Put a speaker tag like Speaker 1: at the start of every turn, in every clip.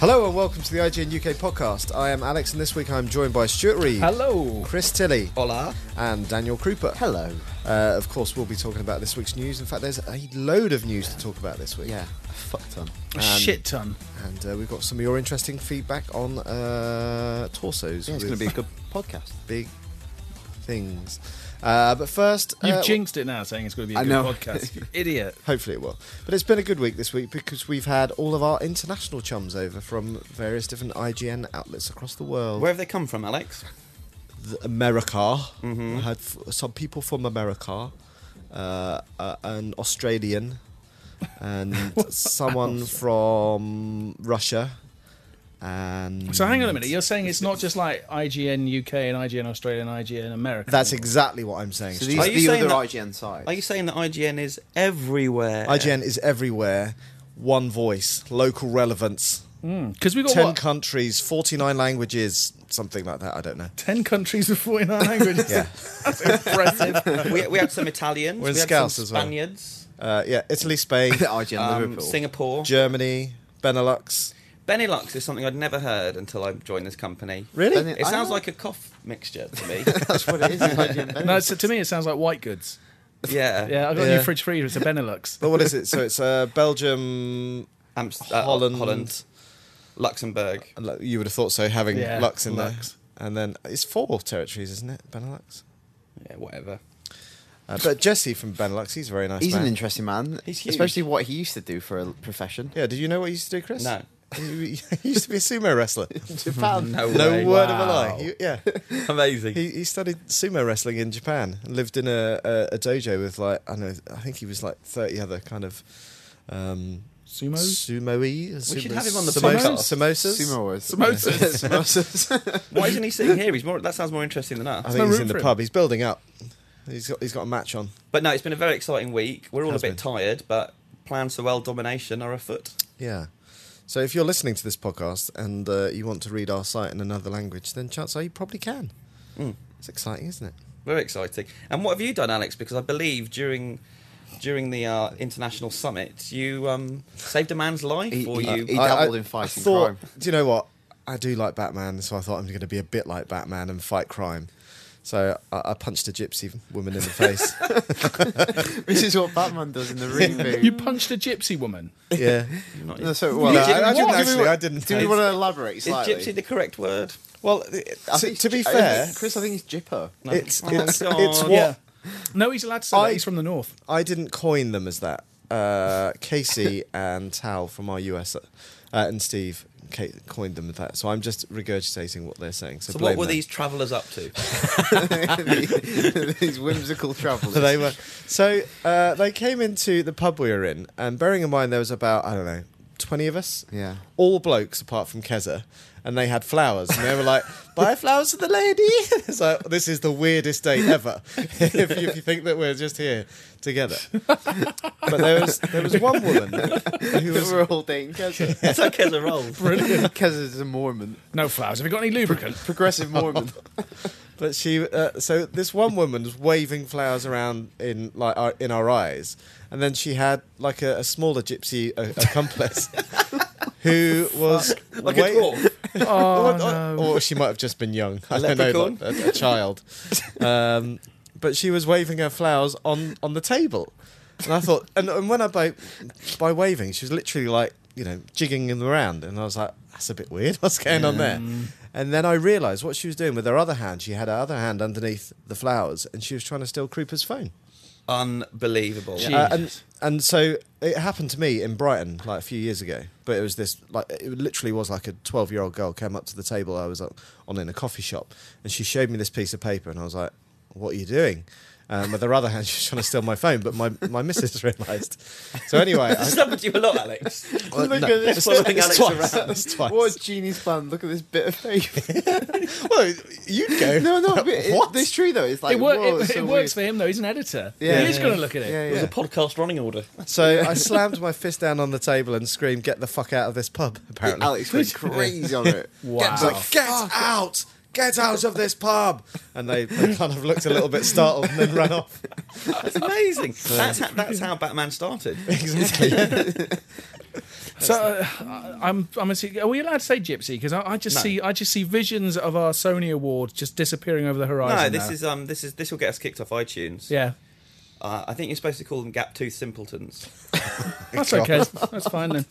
Speaker 1: Hello and welcome to the IGN UK podcast. I am Alex, and this week I'm joined by Stuart Reed,
Speaker 2: Hello.
Speaker 1: Chris Tilley,
Speaker 2: Hola.
Speaker 1: and Daniel Krupa.
Speaker 3: Hello.
Speaker 1: Uh, of course, we'll be talking about this week's news. In fact, there's a load of news to talk about this week.
Speaker 3: Yeah, a fuck ton.
Speaker 2: A shit ton.
Speaker 1: And uh, we've got some of your interesting feedback on uh, torsos.
Speaker 3: Yeah, it's going
Speaker 1: with
Speaker 3: to be a good podcast.
Speaker 1: big things. Uh, but first,
Speaker 2: You've
Speaker 1: uh,
Speaker 2: jinxed it now, saying it's going to be a
Speaker 3: I
Speaker 2: good
Speaker 3: know.
Speaker 2: podcast. You idiot.
Speaker 1: Hopefully it will. But it's been a good week this week because we've had all of our international chums over from various different IGN outlets across the world.
Speaker 3: Where have they come from, Alex?
Speaker 1: The America. I had f- some people from America, uh, uh, an Australian, and someone from Russia. And
Speaker 2: So hang on a minute. You're saying it's not just like IGN UK and IGN Australia and IGN America. Hmm.
Speaker 1: That's exactly what I'm saying.
Speaker 3: So
Speaker 1: Stu.
Speaker 3: these-
Speaker 4: Are
Speaker 3: the
Speaker 4: you saying
Speaker 3: other
Speaker 4: that-
Speaker 3: IGN side.
Speaker 4: Are you saying that IGN is everywhere?
Speaker 1: IGN is everywhere. One voice, local relevance.
Speaker 2: because we got
Speaker 1: Ten
Speaker 2: what
Speaker 1: countries, forty-nine languages, something like that. I don't know.
Speaker 2: ten countries with forty nine languages.
Speaker 1: Yeah,
Speaker 2: That's impressive.
Speaker 4: we, we had some Italians,
Speaker 1: We're in
Speaker 4: we had
Speaker 1: Scouse
Speaker 4: some
Speaker 1: as well.
Speaker 4: Spaniards,
Speaker 1: uh, yeah. Italy, Spain,
Speaker 3: IGN
Speaker 4: um,
Speaker 3: Liverpool.
Speaker 4: Singapore.
Speaker 1: Germany, Benelux.
Speaker 4: Benelux is something I'd never heard until I joined this company.
Speaker 1: Really?
Speaker 3: Benelux.
Speaker 4: It sounds
Speaker 3: Ah.
Speaker 4: like a cough mixture to me.
Speaker 3: That's what it is. IGN
Speaker 2: no, it's, to me it sounds like white goods.
Speaker 4: yeah.
Speaker 2: Yeah, I got a
Speaker 1: Yeah.
Speaker 2: new fridge freezer. It's a Benelux.
Speaker 1: But what is it? So it's uh, Belgium,
Speaker 4: Amst- uh,
Speaker 1: Holland.
Speaker 4: Holland, Luxembourg.
Speaker 1: And, like, You would have thought so, having
Speaker 2: Yeah,
Speaker 1: Lux in
Speaker 2: Lux.
Speaker 1: there. And then it's four territories, isn't it? Benelux.
Speaker 4: Yeah, whatever.
Speaker 1: Uh, but Jesse from Benelux, he's a very nice
Speaker 3: He's
Speaker 1: man.
Speaker 3: an interesting man,
Speaker 4: He's huge.
Speaker 3: especially what he used to do for a profession.
Speaker 1: yeah, did you know what he used to do, Chris?
Speaker 4: No.
Speaker 1: He, he used to be a sumo wrestler.
Speaker 3: Japan.
Speaker 4: No,
Speaker 1: No
Speaker 4: way.
Speaker 1: word of a
Speaker 2: Wow.
Speaker 1: lie. He- yeah.
Speaker 4: Amazing.
Speaker 1: He, he studied sumo wrestling in Japan and lived in a, a, a dojo with, like, I don't know, I think he was like 30 other kind of. Um,
Speaker 2: Sumo?
Speaker 1: Sumo-y?
Speaker 4: We should have him on the
Speaker 2: podcast.
Speaker 1: Samosas?
Speaker 3: Sumoers.
Speaker 2: Samosas.
Speaker 3: Samosas.
Speaker 4: Why isn't he sitting here? He's more. That sounds more interesting than
Speaker 1: I
Speaker 4: us.
Speaker 1: think
Speaker 2: no
Speaker 1: he's
Speaker 2: room
Speaker 1: in the
Speaker 2: for him.
Speaker 1: pub. He's building up. He's got, he's got a match on.
Speaker 4: But no, it's been a very exciting week. We're all a
Speaker 1: Has
Speaker 4: bit
Speaker 1: been.
Speaker 4: tired, but plans for world domination are afoot.
Speaker 1: Yeah. So if you're listening to this podcast and uh, you want to read our site in another language, then chances are you probably can.
Speaker 3: Hmm.
Speaker 1: It's exciting, isn't it?
Speaker 4: Very exciting. And what have you done, Alex? Because I believe during during the uh, international summit, you um, saved a man's life,
Speaker 3: He-
Speaker 4: or
Speaker 3: he- uh,
Speaker 4: you Uh,
Speaker 3: he- dabbled in fighting
Speaker 1: I thought,
Speaker 3: crime.
Speaker 1: Do you know what? I do like Batman, so I thought I'm going to be a bit like Batman and fight crime. So I, I punched a gypsy woman in the face.
Speaker 3: this is what Batman does in the reboot.
Speaker 2: You punched a gypsy woman.
Speaker 1: yeah.
Speaker 4: not-
Speaker 3: No, so, well,
Speaker 1: No,
Speaker 3: I-
Speaker 1: I, I
Speaker 3: I
Speaker 1: didn't
Speaker 2: what?
Speaker 1: actually. I didn't.
Speaker 3: Do you want to elaborate
Speaker 4: is
Speaker 3: slightly?
Speaker 4: gypsy the correct word?
Speaker 1: well,
Speaker 3: I
Speaker 1: to,
Speaker 3: think
Speaker 1: to be
Speaker 3: I think-
Speaker 1: fair,
Speaker 3: Chris, I think he's Jipper.
Speaker 4: No.
Speaker 1: it's,
Speaker 4: Oh,
Speaker 1: it's,
Speaker 4: God.
Speaker 1: it's what
Speaker 2: Yeah. No, he's allowed to say that.
Speaker 1: I-
Speaker 2: He's from the north.
Speaker 1: I didn't coin them as that. Uh, Casey and Tal from our US uh, and Steve ca- coined them as that. So I'm just regurgitating what they're saying. So,
Speaker 4: So
Speaker 1: blame
Speaker 4: what were
Speaker 1: them.
Speaker 4: these travellers up to?
Speaker 3: These whimsical travels.
Speaker 1: they were so uh, they came into the pub we were in, and bearing in mind there was about I don't know twenty of us,
Speaker 3: Yeah.
Speaker 1: all blokes apart from Keza, and they had flowers, and they were like, "Buy flowers to the lady." it's like this is the weirdest day ever. if, you, if you think that we're just here together, but there was there was one woman who was
Speaker 3: We're all dating Keza.
Speaker 4: It's like as a role.
Speaker 3: Keza's a Mormon.
Speaker 2: No flowers. Have you got any lubricant?
Speaker 3: Progressive Mormon.
Speaker 1: But she, uh, so this one woman was waving flowers around in like our, in our eyes, and then she had like a, a smaller gypsy uh, accomplice who was
Speaker 4: Like a dwarf.
Speaker 2: Oh,
Speaker 1: or,
Speaker 2: no.
Speaker 1: or she might have just been young. I don't know,
Speaker 4: leprechaun?
Speaker 1: like a, a child. Um, but she was waving her flowers on on the table, and I thought, and, and when I by by waving, she was literally like you know jigging them around, and I was like, that's a bit weird. What's going on there? And then I realised what she was doing with her other hand. She had her other hand underneath the flowers, and she was trying to steal Krupa's phone.
Speaker 4: Unbelievable.
Speaker 2: Gee.
Speaker 1: Uh, and
Speaker 2: Jesus.
Speaker 1: and so it happened to me in Brighton like a few years ago. But it was this like it literally was like a twelve year old girl came up to the table I was uh, on in a coffee shop, and she showed me this piece of paper, and I was like, "What are you doing?" Um, with her other hand, she was trying to steal my phone, but my my missus realised. So anyway,
Speaker 4: This has
Speaker 1: I,
Speaker 4: happened to you a lot, Alex.
Speaker 1: well,
Speaker 3: Look
Speaker 1: no,
Speaker 3: at this
Speaker 1: it's-
Speaker 4: following
Speaker 1: it's
Speaker 4: Alex
Speaker 1: twice,
Speaker 4: around.
Speaker 1: it's twice.
Speaker 3: What a genius plan. Look at this bit of paper.
Speaker 1: Well, you'd go.
Speaker 3: no, no, but it,
Speaker 1: What?
Speaker 3: it's true though. It's like,
Speaker 2: it, wor-
Speaker 3: whoa,
Speaker 2: it,
Speaker 3: it's so
Speaker 2: it works
Speaker 3: weird.
Speaker 2: for him though. He's an editor.
Speaker 3: Yeah.
Speaker 2: he is
Speaker 3: Yeah.
Speaker 2: going to look at it.
Speaker 3: Yeah,
Speaker 4: It was
Speaker 3: yeah.
Speaker 4: a podcast running order.
Speaker 1: So I slammed my fist down on the table and screamed, "Get the fuck out of this pub!" Apparently,
Speaker 3: Alex went crazy on it.
Speaker 2: Wow.
Speaker 1: It's like, get out! Get out of this pub! And they, they kind of looked a little bit startled and then ran off.
Speaker 4: That's amazing. That's how, that's how Batman started.
Speaker 1: Exactly.
Speaker 2: So uh, I- I'm, I'm a, se- are we allowed to say gypsy? Because I, I just
Speaker 4: No.
Speaker 2: see I just see visions of our Sony awards just disappearing over the horizon.
Speaker 4: No, this
Speaker 2: now.
Speaker 4: is um, this is this will get us kicked off iTunes.
Speaker 2: yeah.
Speaker 4: Uh, I think you're supposed to call them gap tooth simpletons.
Speaker 2: That's okay. That's fine then.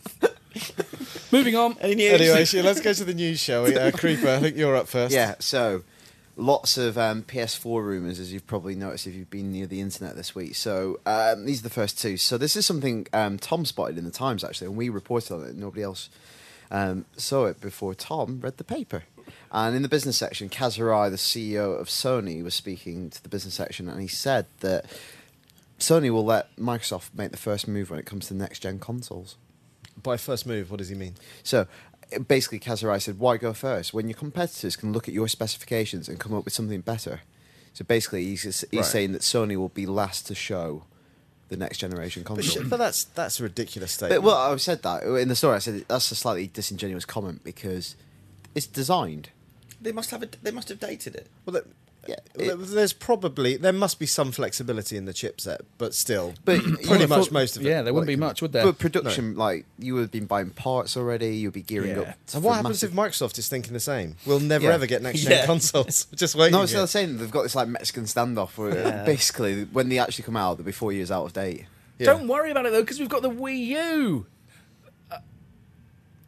Speaker 2: Moving on.
Speaker 1: Anyway, so let's go to the news, shall we? Uh, Creeper, I think you're up first.
Speaker 3: Yeah, so lots of um, PS4 rumours, as you've probably noticed if you've been near the internet this week. So um, these are the first two. So this is something um, Tom spotted in the Times, actually, and we reported on it. Nobody else um, saw it before Tom read the paper. And in the business section, Kaz Hirai, the CEO of Sony, was speaking to the business section, and he said that Sony will let Microsoft make the first move when it comes to next gen consoles.
Speaker 1: By first move, what does he mean?
Speaker 3: So uh, basically, Kazurai said, why go first when your competitors can look at your specifications and come up with something better? So basically, he's, he's
Speaker 1: Right.
Speaker 3: saying that Sony will be last to show the next generation
Speaker 1: But,
Speaker 3: console.
Speaker 1: sh- but that's that's a ridiculous statement.
Speaker 3: But, well, I said that in the story. I said that's a slightly disingenuous comment because it's designed.
Speaker 4: They must have a, they must have dated it.
Speaker 1: Well, that-
Speaker 3: Yeah,
Speaker 1: well,
Speaker 3: it-
Speaker 1: there's probably there must be some flexibility in the chipset, but still,
Speaker 3: But
Speaker 1: pretty much most of it.
Speaker 2: Yeah, there wouldn't be much, would there?
Speaker 3: But production, like you would have been buying parts already. You'd be gearing
Speaker 2: Yeah.
Speaker 3: up.
Speaker 1: And
Speaker 3: for
Speaker 1: what happens
Speaker 3: massive-
Speaker 1: if Microsoft is thinking the same? We'll never
Speaker 3: Yeah.
Speaker 1: ever get next gen
Speaker 4: Yeah.
Speaker 1: consoles. We're Just waiting.
Speaker 3: No, it's
Speaker 1: here.
Speaker 3: not saying they've got this like Mexican standoff where
Speaker 4: Yeah.
Speaker 3: basically when they actually come out, they'll be four years out of date.
Speaker 1: Yeah.
Speaker 2: Don't worry about it though, because we've got the Wii U.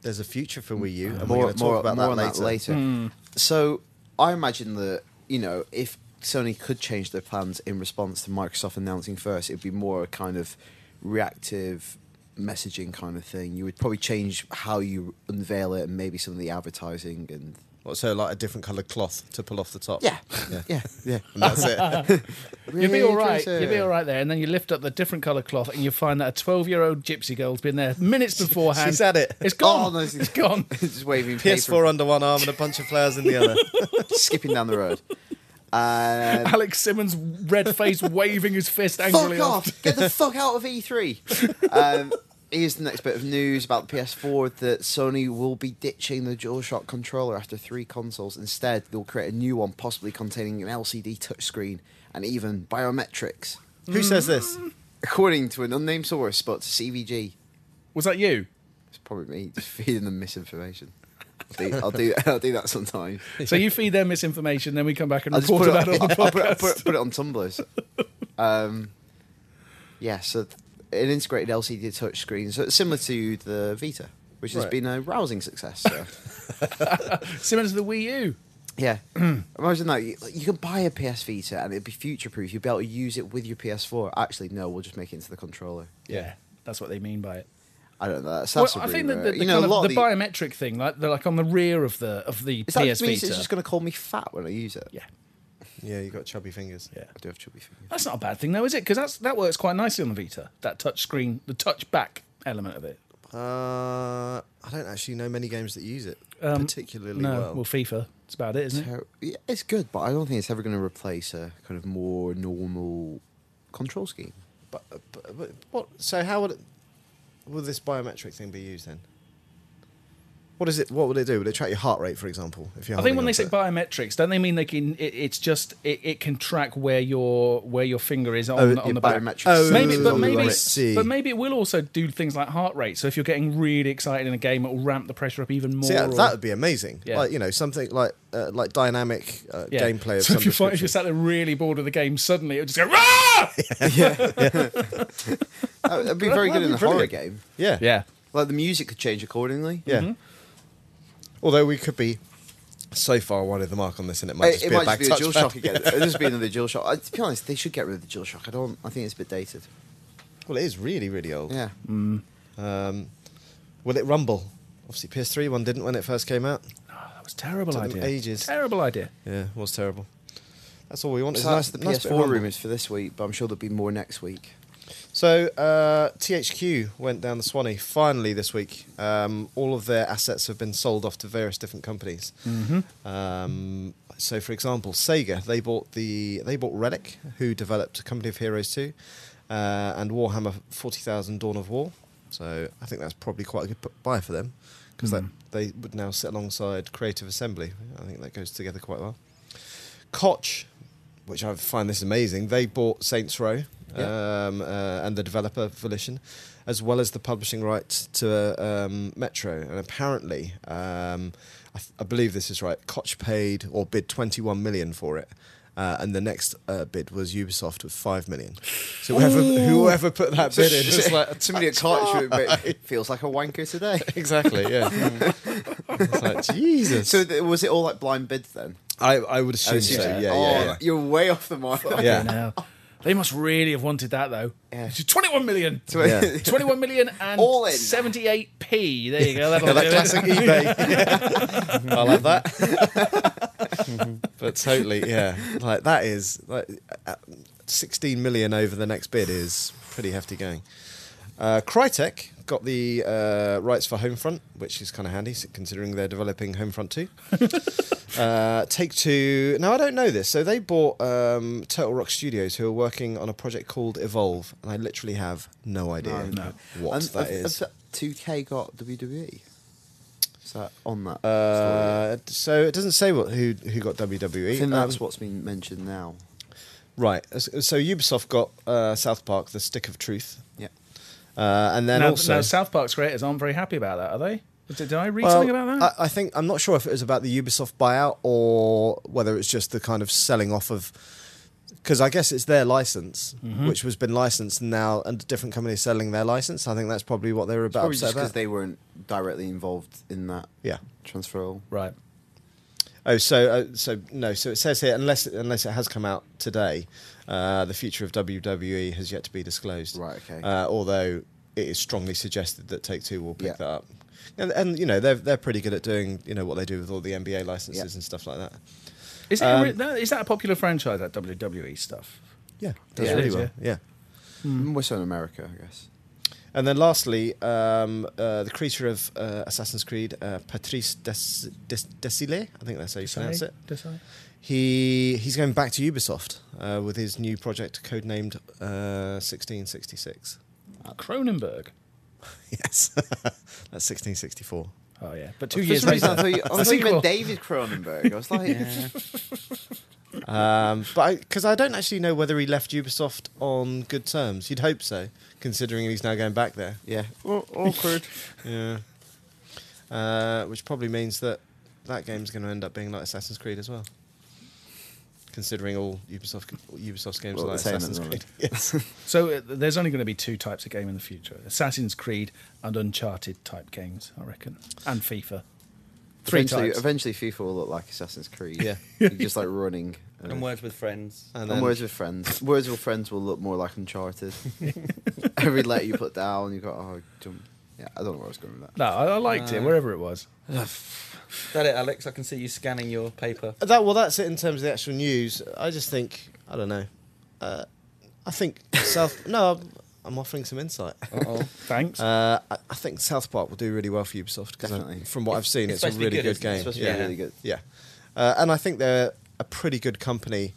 Speaker 1: There's a future for Wii U, and we're
Speaker 3: more,
Speaker 1: going to talk
Speaker 3: more,
Speaker 1: about
Speaker 3: more
Speaker 1: that
Speaker 3: on
Speaker 1: later.
Speaker 3: that later.
Speaker 2: Hmm.
Speaker 3: So I imagine that you know if Sony could change their plans in response to Microsoft announcing first, it'd be more a kind of reactive messaging kind of thing. You would probably change how you unveil it and maybe some of the advertising and
Speaker 1: What, so like a different coloured cloth to pull off the top.
Speaker 3: yeah,
Speaker 1: yeah.
Speaker 3: yeah, yeah.
Speaker 1: And that's it.
Speaker 2: You'll be all right. You'll be all right there, and then you lift up the different colour cloth, and you find that a twelve-year-old gypsy girl's been there minutes beforehand.
Speaker 1: She's had it.
Speaker 2: It's gone.
Speaker 3: Oh, no,
Speaker 2: it's gone.
Speaker 3: Just waving
Speaker 1: PS4 under one arm and a bunch of flowers in the other.
Speaker 3: paper, skipping down the road. Um,
Speaker 2: Alex Simmons, red face, waving his fist angrily.
Speaker 3: Fuck off! Get the fuck out of E3. Um, here's the next bit of news about the PS4 that Sony will be ditching the DualShock controller after three consoles. Instead, they'll create a new one, possibly containing an LCD touchscreen and even biometrics,
Speaker 1: Who says this? according
Speaker 3: according to an unnamed source. But to CVG,
Speaker 2: Was that you?
Speaker 3: it's probably me just feeding them misinformation. I'll do, I'll do, I'll do that sometimes.
Speaker 2: So you feed them misinformation, then we come back and
Speaker 3: I'll just put
Speaker 2: report about
Speaker 3: it, on,
Speaker 2: it on the
Speaker 3: I'll put, it-
Speaker 2: podcast.
Speaker 3: put it- put it on Tumblr. Um, yeah, so th- an integrated LCD touchscreen, so it's similar to the Vita, which has
Speaker 1: Right.
Speaker 3: been a rousing success. So.
Speaker 2: Similar to the Wii U.
Speaker 3: yeah, imagine that you, like, you could buy a PS Vita and it'd be future proof. You'd be able to use it with your PS4. Actually, no, we'll just make it into the controller.
Speaker 2: Yeah, that's what they mean by it.
Speaker 3: I don't know. That sounds
Speaker 2: well, I
Speaker 3: really
Speaker 2: think that
Speaker 3: rare.
Speaker 2: the, the,
Speaker 3: you know
Speaker 2: kind
Speaker 3: a
Speaker 2: of-
Speaker 3: lot
Speaker 2: the
Speaker 3: of the,
Speaker 2: biometric thing, like they're like on the rear of the of the
Speaker 3: is that
Speaker 2: PS
Speaker 3: means
Speaker 2: Vita.
Speaker 3: It's just going to call me fat when I use it.
Speaker 2: Yeah,
Speaker 1: Yeah, you got chubby fingers.
Speaker 2: yeah.
Speaker 3: I do have chubby fingers.
Speaker 2: That's not a bad thing though, is it? Because that's that works quite nicely on the Vita. That touch screen, the touch back element of it.
Speaker 1: Uh, I don't actually know many games that use it
Speaker 2: Um,
Speaker 1: particularly
Speaker 2: no,
Speaker 1: well.
Speaker 2: FIFA. It's about it, isn't it?
Speaker 3: Ter- yeah, it's good, but I don't think it's ever going to replace a kind of more normal control scheme.
Speaker 1: But, uh, but, but what? So how would it, will this biometric thing be used then? What is it? What would it do? Would it track your heart rate, for example? If you're
Speaker 2: I think
Speaker 1: holding
Speaker 2: when they
Speaker 1: onto
Speaker 2: say
Speaker 1: it?
Speaker 2: biometrics, don't they mean they can? It, it's just it, it can track where your where your finger is on,
Speaker 3: Oh,
Speaker 2: on
Speaker 3: your
Speaker 2: the back.
Speaker 3: biometric
Speaker 1: Oh,
Speaker 2: maybe,
Speaker 1: on
Speaker 2: but
Speaker 1: the
Speaker 2: maybe,
Speaker 1: right. See.
Speaker 2: but maybe it will also do things like heart rate. So if you're getting really excited in a game, it will ramp the pressure up even more.
Speaker 1: See, that,
Speaker 2: or-
Speaker 1: that would be amazing.
Speaker 2: Yeah.
Speaker 1: Like you know something like uh, like dynamic uh,
Speaker 2: Yeah.
Speaker 1: gameplay. Of
Speaker 2: So
Speaker 1: some
Speaker 2: if you find, if
Speaker 1: description.
Speaker 2: you're sat there really bored of the game, suddenly it'll just go rah!
Speaker 3: Oh, It'd be very
Speaker 1: That'd
Speaker 3: good in
Speaker 1: be
Speaker 3: a horror
Speaker 1: brilliant.
Speaker 3: game.
Speaker 1: yeah,
Speaker 2: Yeah,
Speaker 3: Like the music could change accordingly.
Speaker 1: yeah. Although we could be so far wide of the mark on this, and it might
Speaker 3: It,
Speaker 1: just
Speaker 3: it
Speaker 1: be a
Speaker 3: might
Speaker 1: back
Speaker 3: just be a
Speaker 1: touch
Speaker 3: dual
Speaker 1: pad.
Speaker 3: shock again. It'll just be another dual shock. I, to be honest, they should get rid of the dual shock. I don't. I think it's a bit dated.
Speaker 1: Well, it is really really old.
Speaker 3: Yeah.
Speaker 1: Um, will it rumble? Obviously, PS3 one didn't when it first came out.
Speaker 2: Oh, that was a terrible
Speaker 1: Took them
Speaker 2: idea.
Speaker 1: ages.
Speaker 2: Terrible idea.
Speaker 1: Yeah, it was terrible. That's all we wanted.
Speaker 3: So
Speaker 1: nice,
Speaker 3: that's the
Speaker 1: nice bit of
Speaker 3: PS4
Speaker 1: rumble.
Speaker 3: rumours for this week, but I'm sure there'll be more next week.
Speaker 1: So uh, THQ went down the Swanee finally this week. Um, all of their assets have been sold off to various different companies. Um, so, for example, Sega they bought the they bought Relic, who developed Company of Heroes two, uh, and Warhammer forty thousand Dawn of War. So I think that's probably quite a good p- buy for them because
Speaker 2: Mhm.
Speaker 1: they would now sit alongside Creative Assembly. I think that goes together quite well. Koch, which I find this amazing, they bought Saints Row um, uh, and the developer Volition, as well as the publishing rights to um, Metro. And apparently, um, I, th- I believe this is right. Koch paid or bid 21 million for it. Uh, and the next uh, bid was Ubisoft with five million. So whoever whoever put that
Speaker 3: So
Speaker 1: bid in
Speaker 3: it's
Speaker 1: was like
Speaker 3: somebody at Cartridge would make- feels like a wanker today.
Speaker 1: exactly yeah. it's like Jesus.
Speaker 3: So th- was it all like blind bids then?
Speaker 1: I, I would assume so. Yeah, yeah,
Speaker 3: Oh,
Speaker 1: yeah.
Speaker 3: You're way off the mark.
Speaker 1: Yeah.
Speaker 2: Now, they must really have wanted that though.
Speaker 3: Yeah.
Speaker 2: It's 21 million.
Speaker 1: Yeah.
Speaker 2: 21 million and
Speaker 3: All in.
Speaker 2: 78p. There you go. That'll
Speaker 1: Yeah, that
Speaker 2: do
Speaker 1: classic
Speaker 2: it.
Speaker 1: eBay. I love that. but totally, yeah. Like that is like uh, sixteen million over the next bid is pretty hefty going. Uh, Crytek got the uh, rights for Homefront, which is kind of handy s- considering they're developing Homefront Two. uh, Take Two. Now I don't know this, so they bought um, Turtle Rock Studios, who are working on a project called Evolve, and I literally have no idea
Speaker 3: No.
Speaker 1: what
Speaker 3: And uh,
Speaker 1: that
Speaker 3: have-
Speaker 1: is.
Speaker 3: have 2K got WWE? Is that on that? story?
Speaker 1: Uh, so it doesn't say what who who got
Speaker 3: I
Speaker 1: WWE.
Speaker 3: think that's
Speaker 1: Um,
Speaker 3: what's been mentioned now.
Speaker 1: right. S- So Ubisoft got uh, South Park: The Stick of Truth,
Speaker 3: Yeah.
Speaker 1: uh, and then
Speaker 2: now,
Speaker 1: also
Speaker 2: now, South Park's creators aren't very happy about that, are they? Did, did I read
Speaker 1: Well,
Speaker 2: something about that?
Speaker 1: I, I think I'm not sure if it was about the Ubisoft buyout or whether it's just the kind of selling off of. Because I guess it's their license,
Speaker 2: Mm-hmm.
Speaker 1: which was been licensed and now, and different companies selling their license. I think that's probably what they were about.
Speaker 3: Probably
Speaker 1: upset
Speaker 3: just because
Speaker 1: about.
Speaker 3: they weren't directly involved in that
Speaker 1: yeah.
Speaker 3: transfer.
Speaker 2: right.
Speaker 1: Oh, so uh, so no. So it says here, unless unless it has come out today, uh, the future of WWE has yet to be disclosed.
Speaker 3: Right, okay.
Speaker 1: Uh, although it is strongly suggested that Take Two will pick
Speaker 3: Yeah.
Speaker 1: that up, and, and you know they're they're pretty good at doing you know what they do with all the NBA licenses
Speaker 3: Yeah.
Speaker 1: and stuff like that.
Speaker 2: Is, it
Speaker 3: Um,
Speaker 2: a re- that, is that a popular franchise, that WWE stuff?
Speaker 1: Yeah, does
Speaker 2: Yeah, it
Speaker 1: really
Speaker 2: is,
Speaker 1: well. yeah.
Speaker 2: Mm.
Speaker 3: More so in America, I guess.
Speaker 1: And then lastly, um, uh, the creator of uh, Assassin's Creed, uh, Patrice Des- Des- Desilets, I think that's how you pronounce it.
Speaker 2: Desai?
Speaker 1: He he's going back to Ubisoft uh, with his new project codenamed uh, 1666.
Speaker 2: Uh, Cronenberg.
Speaker 1: Yes, that's 1664.
Speaker 2: Oh, yeah. But two
Speaker 3: For
Speaker 2: years
Speaker 3: some reason,
Speaker 2: later.
Speaker 3: I thought you,
Speaker 2: The
Speaker 3: I thought you
Speaker 2: sequel.
Speaker 3: meant David Cronenberg. I was like,
Speaker 1: Um, but because I, don't actually know whether he left Ubisoft on good terms. You'd hope so, considering he's now going back there.
Speaker 3: yeah, awkward.
Speaker 1: Yeah. Uh, which probably means that that game's going to end up being like Assassin's Creed as well. Considering all Ubisoft Ubisoft's games
Speaker 3: Well,
Speaker 1: are like
Speaker 3: the same at the
Speaker 1: Assassin's Creed.
Speaker 3: moment.
Speaker 1: Yes.
Speaker 2: So uh, there's only going to be two types of game in the future Assassin's Creed and Uncharted type games, I reckon. And FIFA. Three
Speaker 3: eventually,
Speaker 2: types.
Speaker 3: eventually, FIFA will look like Assassin's Creed.
Speaker 1: Yeah.
Speaker 3: You're just like running. uh,
Speaker 4: And words with friends.
Speaker 1: And
Speaker 3: and
Speaker 1: then
Speaker 3: words with friends. Words with friends will look more like Uncharted. Every letter you put down, you got oh, jump. Yeah, I don't know where I was going with that.
Speaker 2: No, I, I liked it,
Speaker 3: Uh,
Speaker 4: No.
Speaker 2: wherever it was.
Speaker 4: Is that it, Alex? I can see you scanning your paper.
Speaker 1: that well, that's it in terms of the actual news. I just think I don't know. Uh, I think South. no, I'm, I'm offering some insight.
Speaker 4: Uh-oh.
Speaker 2: Thanks.
Speaker 1: Uh, I, I think South Park will do really well for Ubisoft. 'cause I-
Speaker 3: Definitely.
Speaker 1: from what I've seen, it's,
Speaker 4: it's
Speaker 1: a
Speaker 4: supposed to be
Speaker 1: really
Speaker 4: good,
Speaker 1: good,
Speaker 4: isn't it?
Speaker 1: game.
Speaker 4: It's
Speaker 3: supposed to be
Speaker 1: yeah.
Speaker 3: really good.
Speaker 1: Yeah. Uh, and I think they're a pretty good company.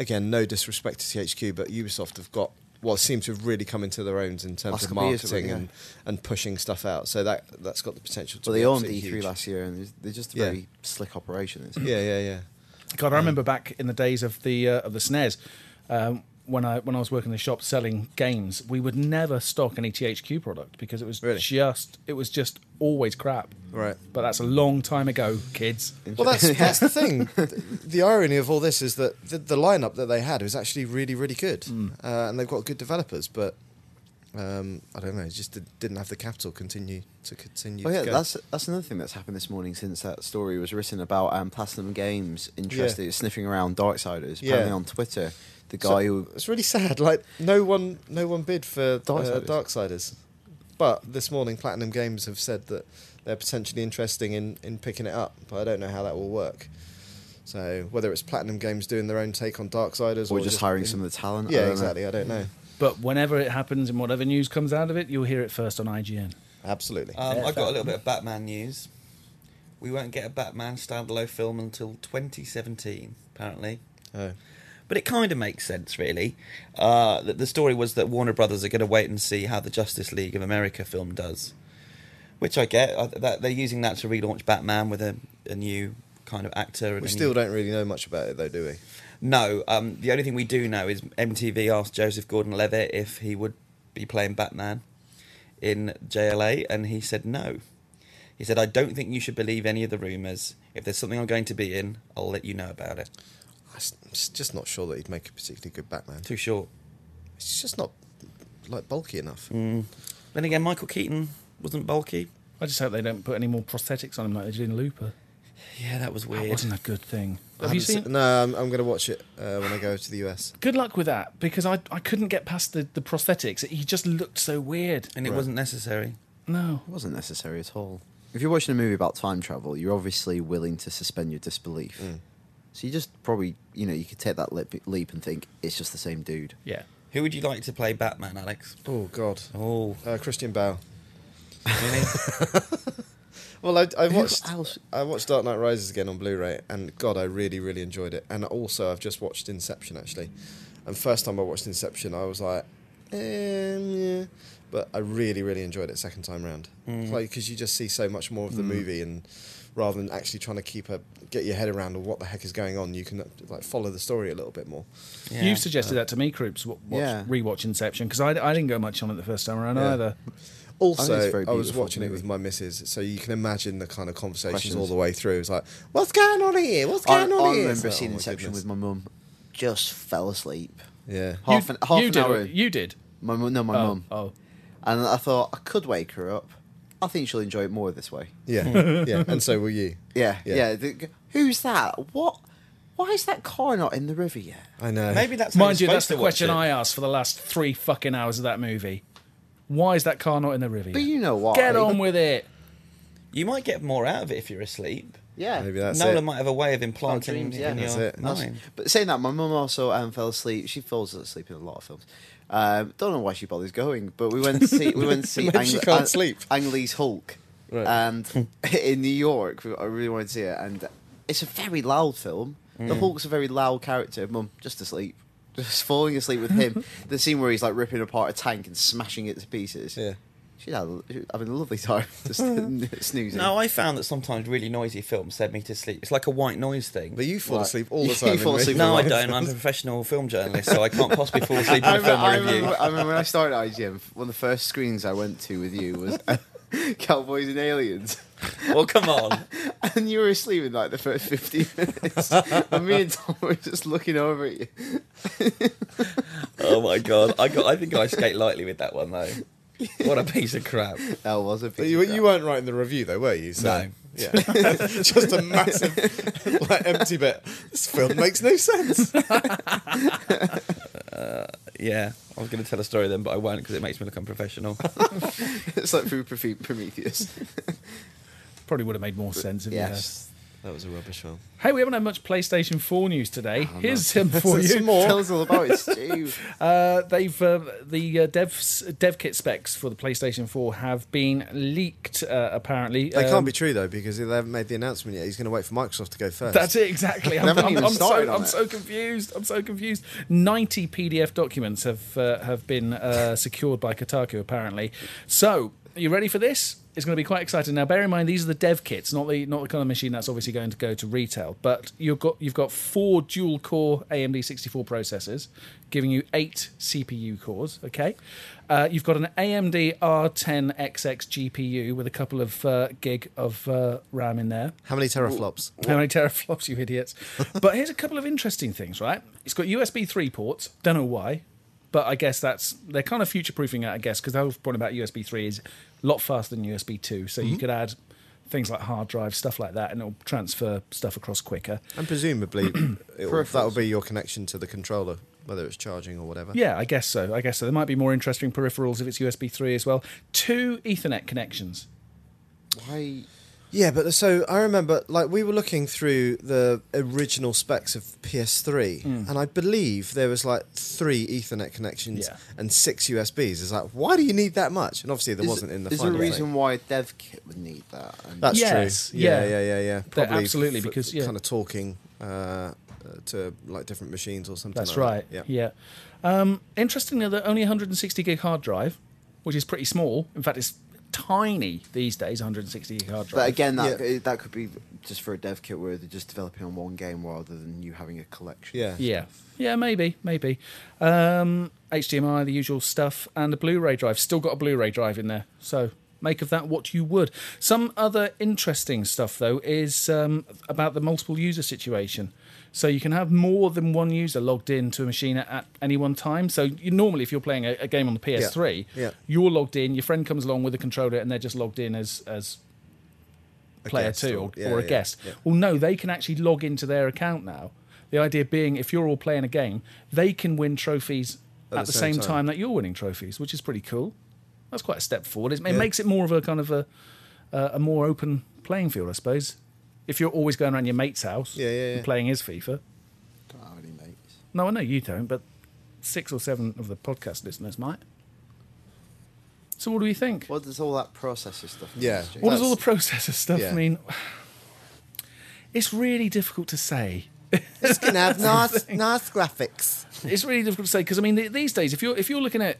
Speaker 1: Again, no disrespect to THQ, but Ubisoft have got well seem to have really come into their own in terms
Speaker 3: Last
Speaker 1: of
Speaker 3: couple of years, haven't
Speaker 1: marketing
Speaker 3: they?
Speaker 1: and, and pushing stuff out. So that that's got the potential to
Speaker 3: Well,
Speaker 1: be
Speaker 3: they owned E3
Speaker 1: absolutely huge.
Speaker 3: last year, and they're- they're just a
Speaker 1: Yeah.
Speaker 3: very slick operation. It's
Speaker 1: Yeah, yeah, yeah.
Speaker 2: God, I
Speaker 1: Mm.
Speaker 2: remember back in the days of the uh, of the SNES, um, when I when I was working in the shop selling games, we would never stock E any THQ product because it was
Speaker 1: Really?
Speaker 2: just it was just always crap.
Speaker 1: Right.
Speaker 2: But that's a long time ago, kids.
Speaker 1: Well, that's that's the thing. The irony of all this is that the, the lineup that they had was actually really, really good,
Speaker 3: Hmm.
Speaker 1: uh, and they've got good developers. But um, I don't know, it just did, didn't have the capital continue to continue.
Speaker 3: Oh
Speaker 1: to
Speaker 3: yeah,
Speaker 1: go.
Speaker 3: that's that's another thing that's happened this morning since that story was written about um, Platinum Games interested sniffing around Darksiders.
Speaker 1: Yeah.
Speaker 3: Apparently on Twitter, the guy
Speaker 1: So-
Speaker 3: who
Speaker 1: it's really sad. Like no one, no one bid for Darksiders. Uh,
Speaker 3: Darksiders.
Speaker 1: Darksiders. But this morning, Platinum Games have said that they're potentially interesting in in picking it up, but I don't know how that will work. So whether it's Platinum Games doing their own take on Darksiders,
Speaker 3: or just, hiring some of the talent. I
Speaker 1: yeah,
Speaker 3: don't know.
Speaker 1: exactly. I don't know.
Speaker 2: But whenever it happens and whatever news comes out of it, you'll hear it first on IGN.
Speaker 1: Absolutely.
Speaker 4: Um,
Speaker 2: Yeah,
Speaker 4: I've got
Speaker 2: that-
Speaker 4: a little bit of Batman news. We won't get a Batman standalone film until 2017, apparently.
Speaker 1: Oh.
Speaker 4: But it kind of makes sense, really. Uh, that the story was that Warner Brothers are going to wait and see how the Justice League of America film does, which I get. I, that they're using that to relaunch Batman with a, a new kind of actor. and
Speaker 1: We
Speaker 4: any-
Speaker 1: still don't really know much about it, though, do we?
Speaker 4: No, um, the only thing we do know is MTV asked Joseph Gordon-Levitt if he would be playing Batman in JLA, and he said no. He said, "I don't think you should believe any of the rumors. If there's something I'm going to be in, I'll let you know about it."
Speaker 1: I'm s- I'm s- just not sure that he'd make a particularly good Batman.
Speaker 4: Too short.
Speaker 1: It's just not like bulky enough.
Speaker 4: Then again, Michael Keaton wasn't bulky.
Speaker 2: I just hope they don't put any more prosthetics on him like they did in Looper.
Speaker 4: Yeah, that was
Speaker 2: That
Speaker 4: weird.
Speaker 2: wasn't a good thing.
Speaker 1: I
Speaker 2: Have you
Speaker 1: haven't se-
Speaker 2: seen?
Speaker 1: No, I'm, I'm going to watch it uh, when I go to the US.
Speaker 2: Good luck with that because I, I couldn't get past the, the prosthetics. He just looked so weird.
Speaker 4: and it wasn't necessary.
Speaker 2: No.
Speaker 3: It wasn't necessary at all. If you're watching a movie about time travel, you're obviously willing to suspend your disbelief.
Speaker 1: Mm.
Speaker 3: So you just probably, you know, you could take that leap, leap and think it's just the same dude.
Speaker 2: Yeah.
Speaker 4: Who would you like to play Batman, Alex?
Speaker 1: Oh God,
Speaker 4: Oh,
Speaker 1: uh, Christian Bale.
Speaker 4: really?
Speaker 1: Well, I, I watched
Speaker 3: else-
Speaker 1: I watched Dark Knight Rises again on Blu-ray, and God, I really really enjoyed it. And also, I've just watched Inception actually, and first time I watched Inception, I was like, eh, yeah. but I really really enjoyed it second time round,
Speaker 3: Mm.
Speaker 1: like because you just see so much more of the movie, and rather than actually trying to keep a get your head around what the heck is going on, you can uh, like follow the story a little bit more.
Speaker 4: Yeah.
Speaker 2: You've suggested that to me, Croops, wa- watch,
Speaker 3: Yeah.
Speaker 2: rewatch Inception because I, I didn't go much on it the first time around
Speaker 1: Yeah.
Speaker 2: either.
Speaker 3: I think it's a
Speaker 1: Also,
Speaker 3: very
Speaker 1: I, was
Speaker 3: beautiful
Speaker 1: watching it
Speaker 3: movie.
Speaker 1: with my missus, so you can imagine the kind of conversations
Speaker 3: Questions.
Speaker 1: all the way through. It's like, what's going on here? What's
Speaker 3: I, I
Speaker 1: going on here? It's
Speaker 3: remember
Speaker 1: like,
Speaker 3: seeing
Speaker 1: "Oh my
Speaker 3: Inception
Speaker 1: goodness."
Speaker 3: with my mum. Just fell asleep.
Speaker 1: Yeah.
Speaker 3: Half
Speaker 2: you,
Speaker 3: an half
Speaker 2: you
Speaker 3: an
Speaker 2: did, uh,
Speaker 3: hour. in.
Speaker 2: You did.
Speaker 3: My mum, no, my
Speaker 2: oh,
Speaker 3: mum.
Speaker 2: oh.
Speaker 3: And I thought I could wake her up. I think she'll enjoy it more this way.
Speaker 1: Yeah, yeah, and so will you.
Speaker 3: Yeah,
Speaker 1: Yeah.
Speaker 3: yeah. the- who's that? What? Why is that car not in the river yet?
Speaker 1: I know.
Speaker 4: Maybe that's how
Speaker 2: Mind you,
Speaker 4: you're
Speaker 2: that's
Speaker 4: supposed
Speaker 2: the
Speaker 4: to watch
Speaker 2: question
Speaker 4: it.
Speaker 2: I asked for the last three fucking hours of that movie. Why is that car not in the river?
Speaker 3: But
Speaker 2: yet?
Speaker 3: you know what?
Speaker 2: Get on with it.
Speaker 4: You might get more out of it if you're asleep.
Speaker 3: Yeah.
Speaker 1: Maybe that's
Speaker 4: Nolan
Speaker 1: it.
Speaker 4: might have a way of implanting
Speaker 3: dreams,
Speaker 4: in
Speaker 3: yeah.
Speaker 4: your
Speaker 1: That's it.
Speaker 3: That's-
Speaker 4: mind.
Speaker 3: But saying that, my mum also um, fell asleep. She falls asleep in a lot of films. Um, don't know why she bothers going, but we went to see we went to see
Speaker 1: Maybe she
Speaker 3: Ang-
Speaker 1: can't
Speaker 3: Ang-
Speaker 1: sleep.
Speaker 3: Ang Lee's Hulk,
Speaker 1: Right. Hmm.
Speaker 3: and in New York, we- I really wanted to see it, and it's a very loud film. The
Speaker 1: Hmm.
Speaker 3: Hulk's a very loud character. Mum just asleep, just falling asleep with him. the scene where he's like ripping apart a tank and smashing it to pieces.
Speaker 1: Yeah.
Speaker 3: she's had a- she's having a lovely time just snoozing.
Speaker 4: No, I found that sometimes really noisy films send me to sleep. It's like a white noise thing.
Speaker 1: But you fall
Speaker 3: Right.
Speaker 1: asleep all the
Speaker 3: You
Speaker 1: time.
Speaker 3: fall
Speaker 1: in
Speaker 3: asleep
Speaker 1: real
Speaker 4: no, I
Speaker 1: life.
Speaker 4: don't. I'm a professional film journalist, so I can't possibly fall asleep in a film
Speaker 3: I
Speaker 4: review.
Speaker 3: remember, I remember when I started at IGM, one of the first screens I went to with you was uh, Cowboys and Aliens.
Speaker 4: Well, come on.
Speaker 3: And you were asleep in like the first 15 minutes. and me and Tom were just looking over at you.
Speaker 4: Oh my god, I got. I think I skate lightly with that one though. What a piece of crap.
Speaker 3: That was a
Speaker 1: But
Speaker 3: big
Speaker 1: you, you weren't writing the review though, were you? So,
Speaker 4: No.
Speaker 1: Yeah. Just a massive, like empty bit. This film makes no sense.
Speaker 4: Yeah, I was going to tell a story then, but I won't because it makes me look unprofessional.
Speaker 3: It's like through Profe- Prometheus.
Speaker 2: Probably would have made more sense if
Speaker 3: yes.
Speaker 1: That was a rubbish film.
Speaker 2: you had. Hey, we haven't had much PlayStation 4 news today. Here's some for you.
Speaker 3: Oh, Some more. Tell us all about it, Stu.
Speaker 2: Uh, they've uh, the uh, devs, dev kit specs for the PlayStation 4 have been leaked. Uh, apparently,
Speaker 1: They
Speaker 2: Um,
Speaker 1: can't be true though because they haven't made the announcement yet. He's going to wait for Microsoft to go first.
Speaker 2: That's it exactly. I'm,
Speaker 3: haven't
Speaker 2: I'm-
Speaker 3: even
Speaker 2: I'm
Speaker 3: started
Speaker 2: so,
Speaker 3: on
Speaker 2: I'm
Speaker 3: it.
Speaker 2: so confused. I'm so confused. Ninety PDF documents have uh, have been uh, secured by Kotaku apparently. So, are you ready for this? It's going to be quite exciting. Now, bear in mind these are the dev kits, not the not the kind of machine that's obviously going to go to retail. But you've got you've got four dual core AMD 64 processors, giving you eight CPU cores. Okay, uh, you've got an AMD R10XX GPU with a couple of uh, gig of uh, RAM in there.
Speaker 1: How many teraflops?
Speaker 2: How many teraflops, you idiots? but here's a couple of interesting things, right? It's got USB 3 ports. Don't know why, but I guess that's they're kind of future proofing it, I guess, because the whole point about USB 3 is a lot faster than USB 2. So you could add things like hard drives, stuff like that, and it'll transfer stuff across quicker.
Speaker 1: And presumably, it'll,
Speaker 3: Peripherals.
Speaker 1: that'll be your connection to the controller, whether it's charging or whatever.
Speaker 2: Yeah, I guess so. I guess so. There might be more interesting peripherals if it's USB 3 as well. Two Ethernet connections.
Speaker 3: Why?
Speaker 1: Yeah, but so I remember, like, we were looking through the original specs of PS3,
Speaker 2: Mm.
Speaker 1: and I believe there was like three Ethernet connections
Speaker 2: Yeah.
Speaker 1: and six USBs. It's like, why do you need that much? And obviously, there
Speaker 3: Is-
Speaker 1: wasn't in the
Speaker 3: There's
Speaker 1: final
Speaker 3: a reason
Speaker 1: thing.
Speaker 3: why a dev kit would need that. And
Speaker 1: That's
Speaker 2: Yes,
Speaker 1: true. Yeah,
Speaker 2: yeah.
Speaker 1: yeah, yeah, yeah.
Speaker 2: That- absolutely, because, yeah.
Speaker 1: kind of talking uh, uh, to like different machines or something.
Speaker 2: That's
Speaker 1: like
Speaker 2: right.
Speaker 1: That. Yeah.
Speaker 2: Yeah. Um, interestingly, they're only 160 gig hard drive, which is pretty small. In fact, it's tiny these days, 160 hard drive.
Speaker 3: But again, that
Speaker 1: Yeah.
Speaker 3: it- that could be just for a dev kit where they're just developing on one game rather than you having a collection.
Speaker 1: Yeah.
Speaker 2: Yeah. Yeah, maybe, maybe. Um, HDMI, the usual stuff, and a Blu-ray drive. Still got a Blu-ray drive in there, so make of that what you would. Some other interesting stuff though is um, about the multiple user situation. So you can have more than one user logged in to a machine at, at any one time. So you, normally, if you're playing a, a game on the PS3,
Speaker 1: Yeah.
Speaker 2: you're logged in. Your friend comes along with a controller, and they're just logged in as as
Speaker 1: A
Speaker 2: player
Speaker 1: guest
Speaker 2: two
Speaker 1: or-
Speaker 2: or,
Speaker 1: yeah,
Speaker 2: or a
Speaker 1: yeah,
Speaker 2: guest. Well, no, they can actually log into their account now. The idea being, if you're all playing a game, they can win trophies at, the same, time. that you're winning trophies, which is pretty cool. That's quite a step forward. It,
Speaker 1: Yeah.
Speaker 2: it makes it more of a kind of a uh, a more open playing field, I suppose. If you're always going around your mate's house
Speaker 1: Yeah, yeah,
Speaker 2: and
Speaker 1: yeah.
Speaker 2: playing his FIFA,
Speaker 3: Don't have any mates.
Speaker 2: no, I know you don't, but six or seven of the podcast listeners might. So, what do we think?
Speaker 3: What does all that processor stuff? mean,
Speaker 1: Yeah.
Speaker 3: Jake?
Speaker 2: What does
Speaker 1: That's-
Speaker 2: all the processor stuff
Speaker 1: yeah.
Speaker 2: mean? It's really difficult to say.
Speaker 1: It's gonna have nice, nice graphics.
Speaker 2: It's really difficult to say because I mean th- these days, if you're if you're looking at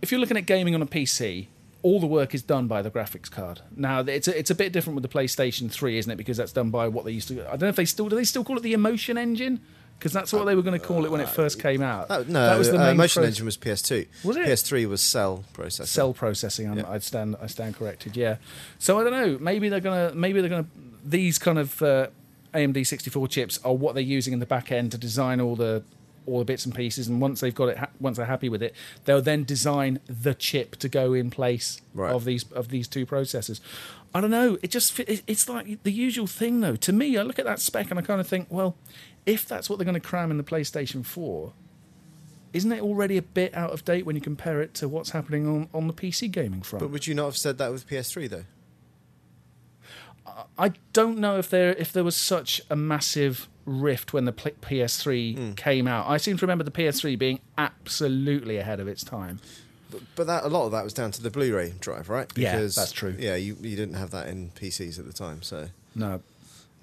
Speaker 2: if you're looking at gaming on a PC, all the work is done by the graphics card. Now th- it's a, it's a bit different with the PlayStation Three, isn't it? Because that's done by what they used to. I don't know if they still do. They still call it the emotion engine because that's what they were going to call it when it first came out.
Speaker 1: Oh, no, that was the uh, motion
Speaker 2: pro-
Speaker 1: engine was PS2.
Speaker 2: Was it?
Speaker 1: PS3 was cell processor.
Speaker 2: cell processing. I'm,
Speaker 1: Yeah.
Speaker 2: I'd stand I stand corrected. Yeah. So I don't know. Maybe they're gonna maybe they're gonna these kind of uh, AMD 64 chips are what they're using in the back end to design all the all the bits and pieces. And once they've got it, ha- once they're happy with it, they'll then design the chip to go in place
Speaker 1: Right.
Speaker 2: of these of these two processors. I don't know. It just fit, it- it's like the usual thing though. To me, I look at that spec and I kind of think, well, if that's what they're going to cram in the PlayStation 4, isn't it already a bit out of date when you compare it to what's happening on, on the PC gaming front?
Speaker 1: But would you not have said that with PS3 though?
Speaker 2: I don't know if there if there was such a massive rift when the pl- PS3
Speaker 1: Hmm.
Speaker 2: came out. I seem to remember the PS3 being absolutely ahead of its time.
Speaker 1: But, but that a lot of that was down to the Blu-ray drive, right?
Speaker 2: Yeah, that's true.
Speaker 1: Yeah, you, you didn't have that in PCs at the time, so
Speaker 2: No,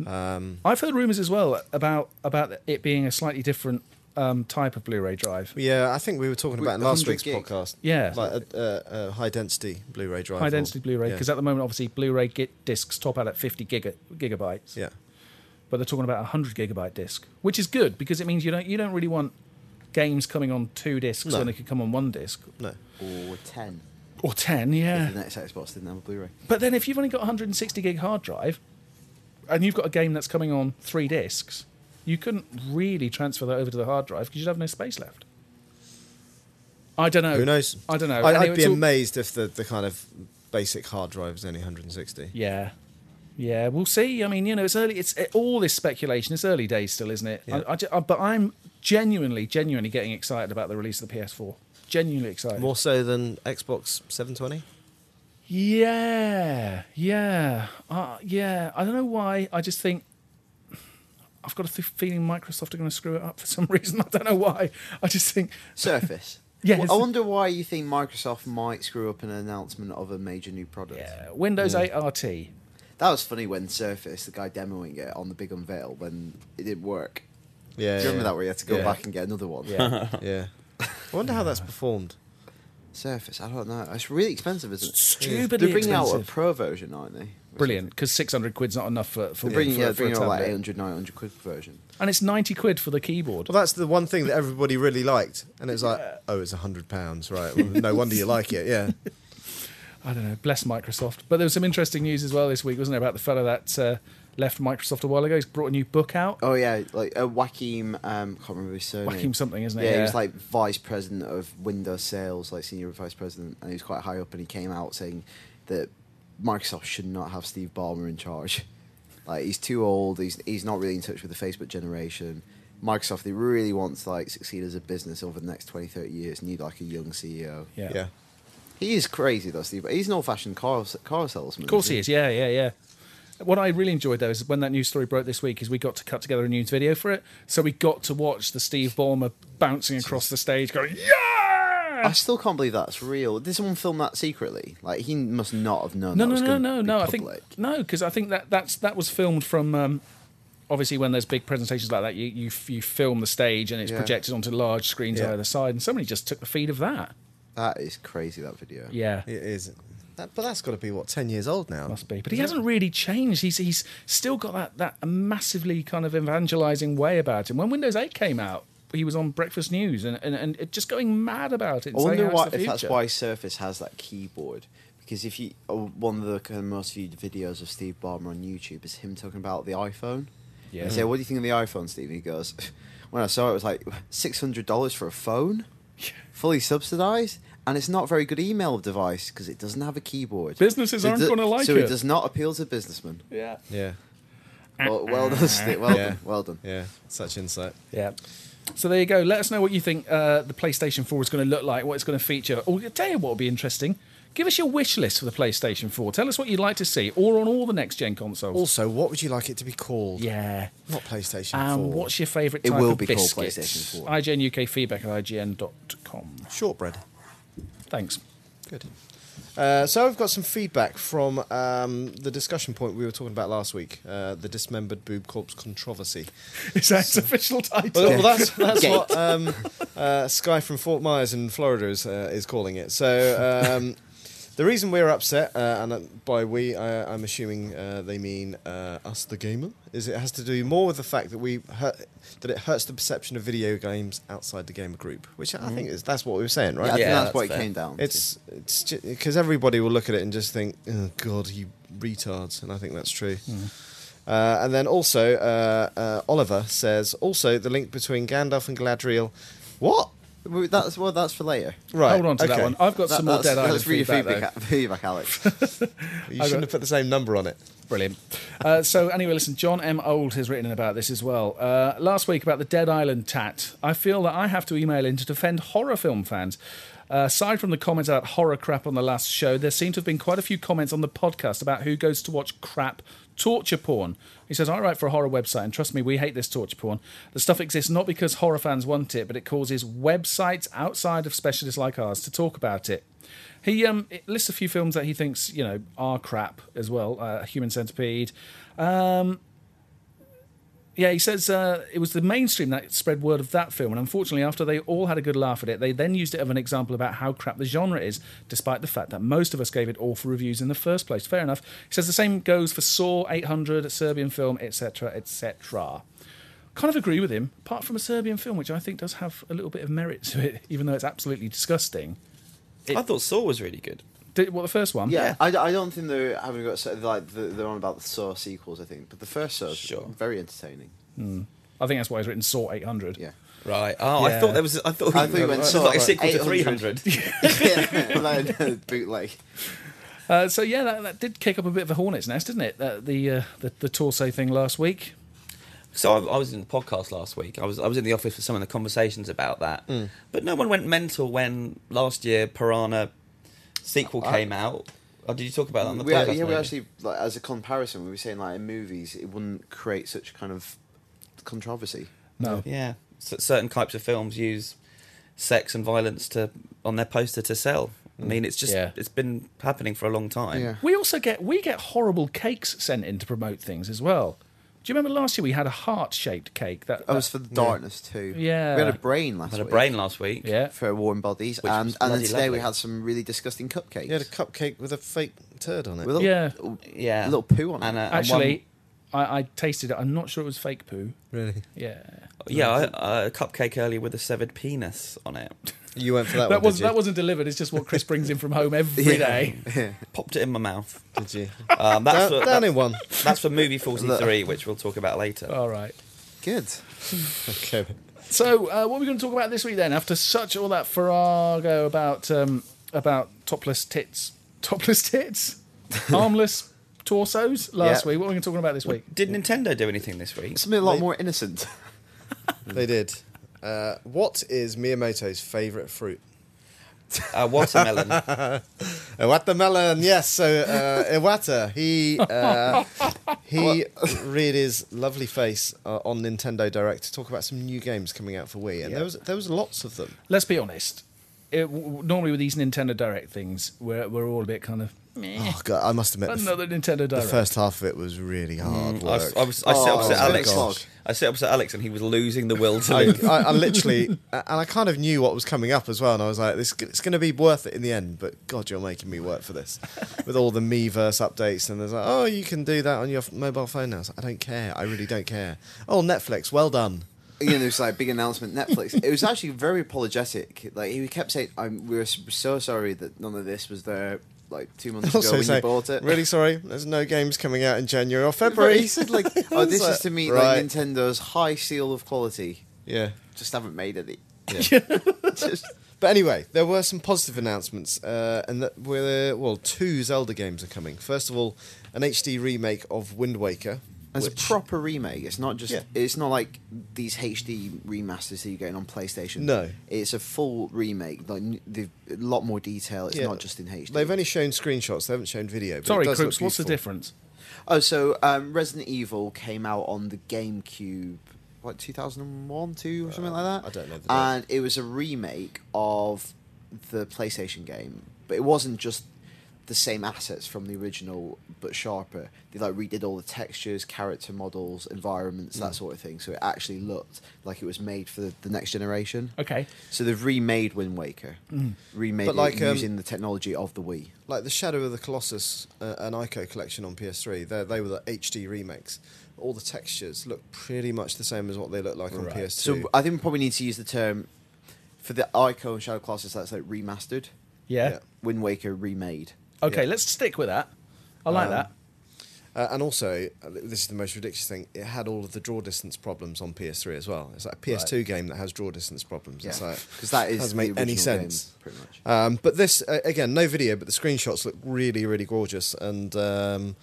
Speaker 1: um,
Speaker 2: I've heard rumours as well about about it being a slightly different um, type of Blu-ray drive.
Speaker 1: yeah. I think we were talking
Speaker 3: With
Speaker 1: about in
Speaker 3: the
Speaker 1: last
Speaker 3: 100
Speaker 1: week's
Speaker 3: gig.
Speaker 1: podcast.
Speaker 2: Yeah.
Speaker 1: like uh, a, a, a high density Blu-ray drive.
Speaker 2: High
Speaker 1: or-
Speaker 2: density Blu-ray because
Speaker 1: yeah.
Speaker 2: at the moment obviously Blu-ray gi- discs top out at 50 giga- gigabytes.
Speaker 1: yeah,
Speaker 2: but they're talking about a hundred gigabyte disc, which is good because it means you don't you don't really want games coming on two discs
Speaker 1: No.
Speaker 2: when they could come on one disc
Speaker 1: no,
Speaker 3: Or ten.
Speaker 2: or ten.
Speaker 3: if
Speaker 2: Yeah,
Speaker 3: The next Xbox didn't have a Blu-ray.
Speaker 2: but then if you've only got a hundred and sixty gig hard drive, and you've got a game that's coming on three discs, you couldn't really transfer that over to the hard drive because you'd have no space left. I don't know.
Speaker 1: who knows?
Speaker 2: I don't know.
Speaker 1: I,
Speaker 2: Anyway,
Speaker 1: I'd be
Speaker 2: it's all-
Speaker 1: amazed if the, the kind of basic hard drive is only 160.
Speaker 2: Yeah. Yeah, we'll see. I mean, you know, it's early. It's it, all this speculation. It's early days still, isn't it?
Speaker 1: Yeah.
Speaker 2: I, I ju- I- but I'm genuinely, genuinely getting excited about the release of the PS4. Genuinely excited.
Speaker 1: More so than Xbox 720.
Speaker 2: Yeah, yeah, uh, yeah. I don't know why. I just think I've got a th- feeling Microsoft are going to screw it up for some reason. I don't know why. I just think
Speaker 3: Surface.
Speaker 2: Yes.
Speaker 3: Well, I wonder why you think Microsoft might screw up an announcement of a major new product.
Speaker 2: yeah, Windows 8 RT.
Speaker 3: That was funny when Surface, the guy demoing it on the big unveil, when it didn't work.
Speaker 1: Yeah,
Speaker 3: Do you remember that where you had to go
Speaker 1: Yeah.
Speaker 3: back and get another one?
Speaker 2: Yeah,
Speaker 1: that? Yeah. I wonder how that's performed.
Speaker 3: Surface, I don't know. It's really expensive, isn't it?
Speaker 2: Stupidly
Speaker 3: They're bringing out a
Speaker 2: expensive.
Speaker 3: pro version, aren't they? Which
Speaker 2: brilliant. Because six hundred quid's not enough for for,
Speaker 3: They're bringing,
Speaker 2: for,
Speaker 3: yeah,
Speaker 2: for a
Speaker 3: bringing out like
Speaker 2: tablet.
Speaker 3: 800, 900 quid version.
Speaker 2: and it's ninety quid for the keyboard.
Speaker 1: Well, that's the one thing that everybody really liked, and it's like, oh, it's a hundred pounds, right? Well, no wonder you like it. Yeah,
Speaker 2: I don't know, bless Microsoft. But there was some interesting news as well this week, wasn't there, about the fellow that uh, left Microsoft a while ago. He's brought a new book out.
Speaker 3: Oh, yeah, like a Joachim, um, can't remember his surname.
Speaker 2: Joachim something, isn't it?
Speaker 3: Yeah, he
Speaker 2: Yeah.
Speaker 3: was like vice president of Windows sales, like senior vice president, and he was quite high up. And he came out saying that Microsoft should not have Steve Ballmer in charge. Like he's too old. He's he's not really in touch with the Facebook generation. Microsoft, they really want to like succeed as a business over the next 20, 30 years. Need like a young CEO.
Speaker 2: Yeah.
Speaker 1: yeah.
Speaker 3: He is crazy though, Steve. But he's an old-fashioned car car salesman.
Speaker 2: Of course
Speaker 3: isn't
Speaker 2: he is. Yeah, yeah, yeah. What I really enjoyed though is when that news story broke this week is we got to cut together a news video for it. So we got to watch the Steve Ballmer bouncing across the stage going,
Speaker 3: I
Speaker 2: Yeah!
Speaker 3: still can't believe that's real. Did someone film that secretly? Like he must not have known.
Speaker 2: No,
Speaker 3: that
Speaker 2: no,
Speaker 3: was
Speaker 2: no,
Speaker 3: gonna
Speaker 2: no,
Speaker 3: be
Speaker 2: no. I think
Speaker 3: public.
Speaker 2: no, because I think that that's that was filmed from um, obviously when there's big presentations like that, you you, you film the stage and it's
Speaker 3: Yeah.
Speaker 2: projected onto large screens
Speaker 1: Yeah.
Speaker 2: either side, and somebody just took the feed of that.
Speaker 3: that is crazy. That video.
Speaker 2: Yeah,
Speaker 1: It is. That, but that's got to be what ten years old now.
Speaker 2: Must be, but he hasn't really changed. He's he's still got that that massively kind of evangelizing way about him. When Windows 8 came out, he was on Breakfast News and and, and it just going mad about it.
Speaker 3: I
Speaker 2: saying
Speaker 3: wonder
Speaker 2: how it's
Speaker 3: why,
Speaker 2: the
Speaker 3: if that's
Speaker 2: future.
Speaker 3: why Surface has that keyboard. Because if you, oh, one of the kind of most viewed videos of Steve Ballmer on YouTube is him talking about the iPhone.
Speaker 2: Yeah.
Speaker 3: Yeah. You say, what do you think of the iPhone, Steve? And he goes, when I saw it, it was like six hundred dollars for a phone, fully subsidized, and it's not a very good email device because it doesn't have a keyboard.
Speaker 2: Businesses
Speaker 3: So it
Speaker 2: aren't
Speaker 3: do-
Speaker 2: gonna like
Speaker 3: so
Speaker 2: it.
Speaker 3: it does not appeal to businessmen.
Speaker 2: Yeah.
Speaker 1: Yeah,
Speaker 3: Well, well done, Steve. Well
Speaker 1: Yeah.
Speaker 3: done. Well done.
Speaker 1: yeah. Such insight.
Speaker 2: Yeah. So there you go. Let us know what you think uh, the PlayStation 4 is going to look like, what it's going to feature. Or I'll tell you what will be interesting. Give us your wish list for the PlayStation 4. Tell us what you'd like to see, or on all the next gen consoles.
Speaker 1: Also, what would you like it to be called?
Speaker 2: yeah. Um,
Speaker 1: Not PlayStation
Speaker 2: And
Speaker 1: 4.
Speaker 2: what's your favourite
Speaker 3: It
Speaker 2: type
Speaker 3: will
Speaker 2: of
Speaker 3: be called
Speaker 2: biscuit?
Speaker 3: PlayStation 4.
Speaker 2: IGN UK feedback at IGN.com.
Speaker 1: Shortbread.
Speaker 2: Thanks.
Speaker 1: Good. Uh, so I've got some feedback from um, the discussion point we were talking about last week, uh, the dismembered boob corpse controversy.
Speaker 2: Is that its official title?
Speaker 1: Well, well, that's, that's what um, uh, Sky from Fort Myers in Florida is, uh, is calling it. So um, the reason we're upset, uh, and uh, by we, I, I'm assuming uh, they mean uh, us, the gamer, is it has to do more with the fact that we hurt, that it hurts the perception of video games outside the gamer group, which I think is that's what we were saying,
Speaker 3: Yeah, I
Speaker 1: right?
Speaker 3: think
Speaker 4: Yeah,
Speaker 3: that's,
Speaker 4: that's
Speaker 3: what it
Speaker 4: fair.
Speaker 3: came down. to.
Speaker 1: It's it's because everybody will look at it and just think, oh God, you retards, and I think that's true.
Speaker 2: Hmm.
Speaker 1: Uh, and then also, uh, uh, Oliver says also the link between Gandalf and Galadriel. What?
Speaker 3: Well, that's well. That's for later.
Speaker 1: Right.
Speaker 2: Hold on to that
Speaker 1: okay.
Speaker 2: one. Oh, I've got
Speaker 3: That-
Speaker 2: some more
Speaker 3: that's-
Speaker 2: Dead Island
Speaker 3: That's really
Speaker 2: feedback, though.
Speaker 3: feedback, feedback, Alex.
Speaker 1: You shouldn't have put the same number on it.
Speaker 2: Brilliant. Uh, so anyway, listen, John M. Old has written about this as well. Uh, last week about the Dead Island tat. I feel that I have to email in to defend horror film fans. Uh, aside from the comments about horror crap on the last show, there seem to have been quite a few comments on the podcast about who goes to watch crap torture porn. He says, I write for a horror website, and trust me, we hate this torture porn. The stuff exists not because horror fans want it, but it causes websites outside of specialists like ours to talk about it. He um, lists a few films that he thinks you know are crap as well. Uh, Human Centipede. Um, yeah, he says uh, it was the mainstream that spread word of that film, and unfortunately, after they all had a good laugh at it, they then used it as an example about how crap the genre is, despite the fact that most of us gave it awful reviews in the first place. Fair enough. He says the same goes for Saw, 800, a Serbian film, etc., etc. Kind of agree with him, apart from a Serbian film, which I think does have a little bit of merit to it, even though it's absolutely disgusting.
Speaker 4: I thought Saw was really good.
Speaker 2: Did, what the first one?
Speaker 3: Yeah, I, I don't think they haven't got so- like the- they're on about the Saw sequels. I think, but the first Saw
Speaker 4: Sure.
Speaker 3: very entertaining.
Speaker 2: I think that's why he's written Saw 800.
Speaker 3: Yeah,
Speaker 4: Right. Oh,
Speaker 2: Yeah.
Speaker 4: I thought there was. I thought,
Speaker 3: I thought you went
Speaker 4: it was
Speaker 3: Saw,
Speaker 4: like a
Speaker 3: like
Speaker 4: sequel to
Speaker 3: 800.
Speaker 4: Three Hundred.
Speaker 3: like no, bootleg.
Speaker 2: Uh, so yeah, that, that did kick up a bit of a hornet's nest, didn't it? Uh, the, uh, the the torso thing last week.
Speaker 4: So I, I was in the podcast last week. I was I was in the office for some of the conversations about that.
Speaker 3: Hmm.
Speaker 4: But no one went mental when last year Piranha sequel came out. Oh, did you talk about that on the
Speaker 3: We,
Speaker 4: podcast?
Speaker 3: ac- yeah, we
Speaker 4: maybe?
Speaker 3: actually like as a comparison, we were saying like in movies, it wouldn't create such kind of controversy.
Speaker 2: No.
Speaker 4: Yeah, C- certain types of films use sex and violence to on their poster to sell. I mean, it's just
Speaker 2: Yeah.
Speaker 4: it's been happening for a long time.
Speaker 3: Hmm. Yeah.
Speaker 2: We also get we get horrible cakes sent in to promote things as well. Do you remember last year we had a heart shaped cake that,
Speaker 3: That was
Speaker 2: that-
Speaker 3: for the darkness too.
Speaker 2: Yeah.
Speaker 3: we had a brain last
Speaker 4: I had a
Speaker 3: week
Speaker 4: brain last week.
Speaker 2: yeah
Speaker 3: for warm bodies,
Speaker 4: Which
Speaker 3: and
Speaker 4: was
Speaker 3: and then
Speaker 4: bloody
Speaker 3: today we
Speaker 4: lovely.
Speaker 3: had some really disgusting cupcakes.
Speaker 1: You had a cupcake with a fake turd on it.
Speaker 3: with a
Speaker 2: Yeah.
Speaker 3: little,
Speaker 4: yeah,
Speaker 3: a little poo on
Speaker 4: And, uh,
Speaker 3: it.
Speaker 4: and
Speaker 2: actually. I, I tasted it. I'm not sure it was fake poo.
Speaker 1: really?
Speaker 2: Yeah,
Speaker 4: one- yeah, I, uh, a cupcake earlier with a severed penis on it.
Speaker 1: You went for that, one,
Speaker 2: that was
Speaker 1: Oh, did
Speaker 2: that wasn't delivered. It's just what Chris brings in from home every day.
Speaker 4: Popped it in my mouth.
Speaker 1: you? Did you?
Speaker 4: Um, that's,
Speaker 1: down
Speaker 4: for,
Speaker 1: down
Speaker 4: that-
Speaker 1: in one.
Speaker 4: that's for movie forty three, which we'll talk about later.
Speaker 2: All right.
Speaker 3: Good.
Speaker 1: Okay.
Speaker 2: So, uh, what are we going to talk about this week then? After such all that farrago about um, about topless tits, topless tits, armless torsos last
Speaker 3: Yeah.
Speaker 2: week. What are we talking about this week?
Speaker 4: Did Nintendo do anything this week?
Speaker 3: Something a lot more innocent.
Speaker 1: They did. Uh, what is Miyamoto's favourite fruit?
Speaker 4: Uh, watermelon.
Speaker 1: Iwata Melon, yes. So uh, Iwata, he uh, he reared his lovely face uh, on Nintendo Direct to talk about some new games coming out for Wii, and there was there was lots of them.
Speaker 2: Let's be honest. it, w- normally with these Nintendo Direct things, we're we're all a bit kind of meh.
Speaker 1: Oh god, I must admit, the, f-
Speaker 2: another Nintendo
Speaker 1: the
Speaker 2: Direct.
Speaker 1: first half of it was really hard
Speaker 4: Mm, I,
Speaker 1: work.
Speaker 4: was- I was, I set
Speaker 3: Oh,
Speaker 4: opposite
Speaker 3: my
Speaker 4: Alex.
Speaker 3: gosh.
Speaker 4: I set opposite Alex, and he was losing the will to
Speaker 1: I,
Speaker 4: live.
Speaker 1: I, I literally, and I kind of knew what was coming up as well, and I was like, "This it's going to be worth it in the end." But God, you're making me work for this with all the Meverse updates, and there's like, "Oh, you can do that on your f- mobile phone now." I, was like, I don't care. I really don't care. Oh, Netflix, well done.
Speaker 3: you know, there's like big announcement Netflix. It was actually very apologetic. Like he kept saying, "I'm we're so sorry that none of this was there." Like two months ago
Speaker 1: Also,
Speaker 3: when
Speaker 1: say,
Speaker 3: you bought it.
Speaker 1: really sorry. There's no games coming out in January or February. He said, like,
Speaker 3: oh, this
Speaker 1: It's
Speaker 3: is to meet
Speaker 1: right,
Speaker 3: like Nintendo's high seal of quality.
Speaker 1: yeah.
Speaker 3: Just haven't made any.
Speaker 1: Just- but anyway, there were some positive announcements, uh, and that were well, two Zelda games are coming. First of all, an HD remake of Wind Waker.
Speaker 3: As a
Speaker 1: which-
Speaker 3: proper remake, it's not just.
Speaker 1: Yeah.
Speaker 3: It's not like these HD remasters that you're getting on PlayStation.
Speaker 1: No.
Speaker 3: it's a full remake. Like n- they've a lot more detail. It's
Speaker 1: Yeah.
Speaker 3: not just in HD.
Speaker 1: They've only shown screenshots. They haven't shown video. But
Speaker 2: Sorry,
Speaker 1: it does
Speaker 2: Crooks.
Speaker 1: look
Speaker 2: What's the
Speaker 1: beautiful.
Speaker 2: difference?
Speaker 3: Oh, so um, Resident Evil came out on the GameCube, what, 2001, 2 or something like that?
Speaker 1: Uh, I don't know the date.
Speaker 3: And it was a remake of the PlayStation game, but it wasn't just the same assets from the original, but sharper. They like redid all the textures, character models, environments,
Speaker 1: Hmm.
Speaker 3: that sort of thing. So it actually looked like it was made for the, the next generation.
Speaker 2: Okay.
Speaker 3: So they've remade Wind Waker, remade
Speaker 1: Hmm. But, like,
Speaker 3: it
Speaker 1: um,
Speaker 3: using the technology of the Wii.
Speaker 1: Like the Shadow of the Colossus uh, and Ico collection on PS3. They they were the HD remakes. All the textures look pretty much the same as what they look like on
Speaker 2: Right.
Speaker 1: PS2.
Speaker 3: So I think we probably need to use the term for the Ico and Shadow Colossus. That's like remastered,
Speaker 2: Yeah.
Speaker 1: Yeah.
Speaker 3: Wind Waker remade.
Speaker 2: Okay,
Speaker 1: Yeah.
Speaker 2: let's stick with that. I like
Speaker 1: Um,
Speaker 2: that.
Speaker 1: Uh, and also, uh, this is the most ridiculous thing. It had all of the draw distance problems on PS3 as well. It's like a PS2 game that has draw distance problems. It's like
Speaker 3: because that is
Speaker 1: doesn't make
Speaker 3: the
Speaker 1: any
Speaker 3: original
Speaker 1: sense.
Speaker 3: game, pretty much.
Speaker 1: Um, but this uh, again, no video, but the screenshots look really, really gorgeous. And um,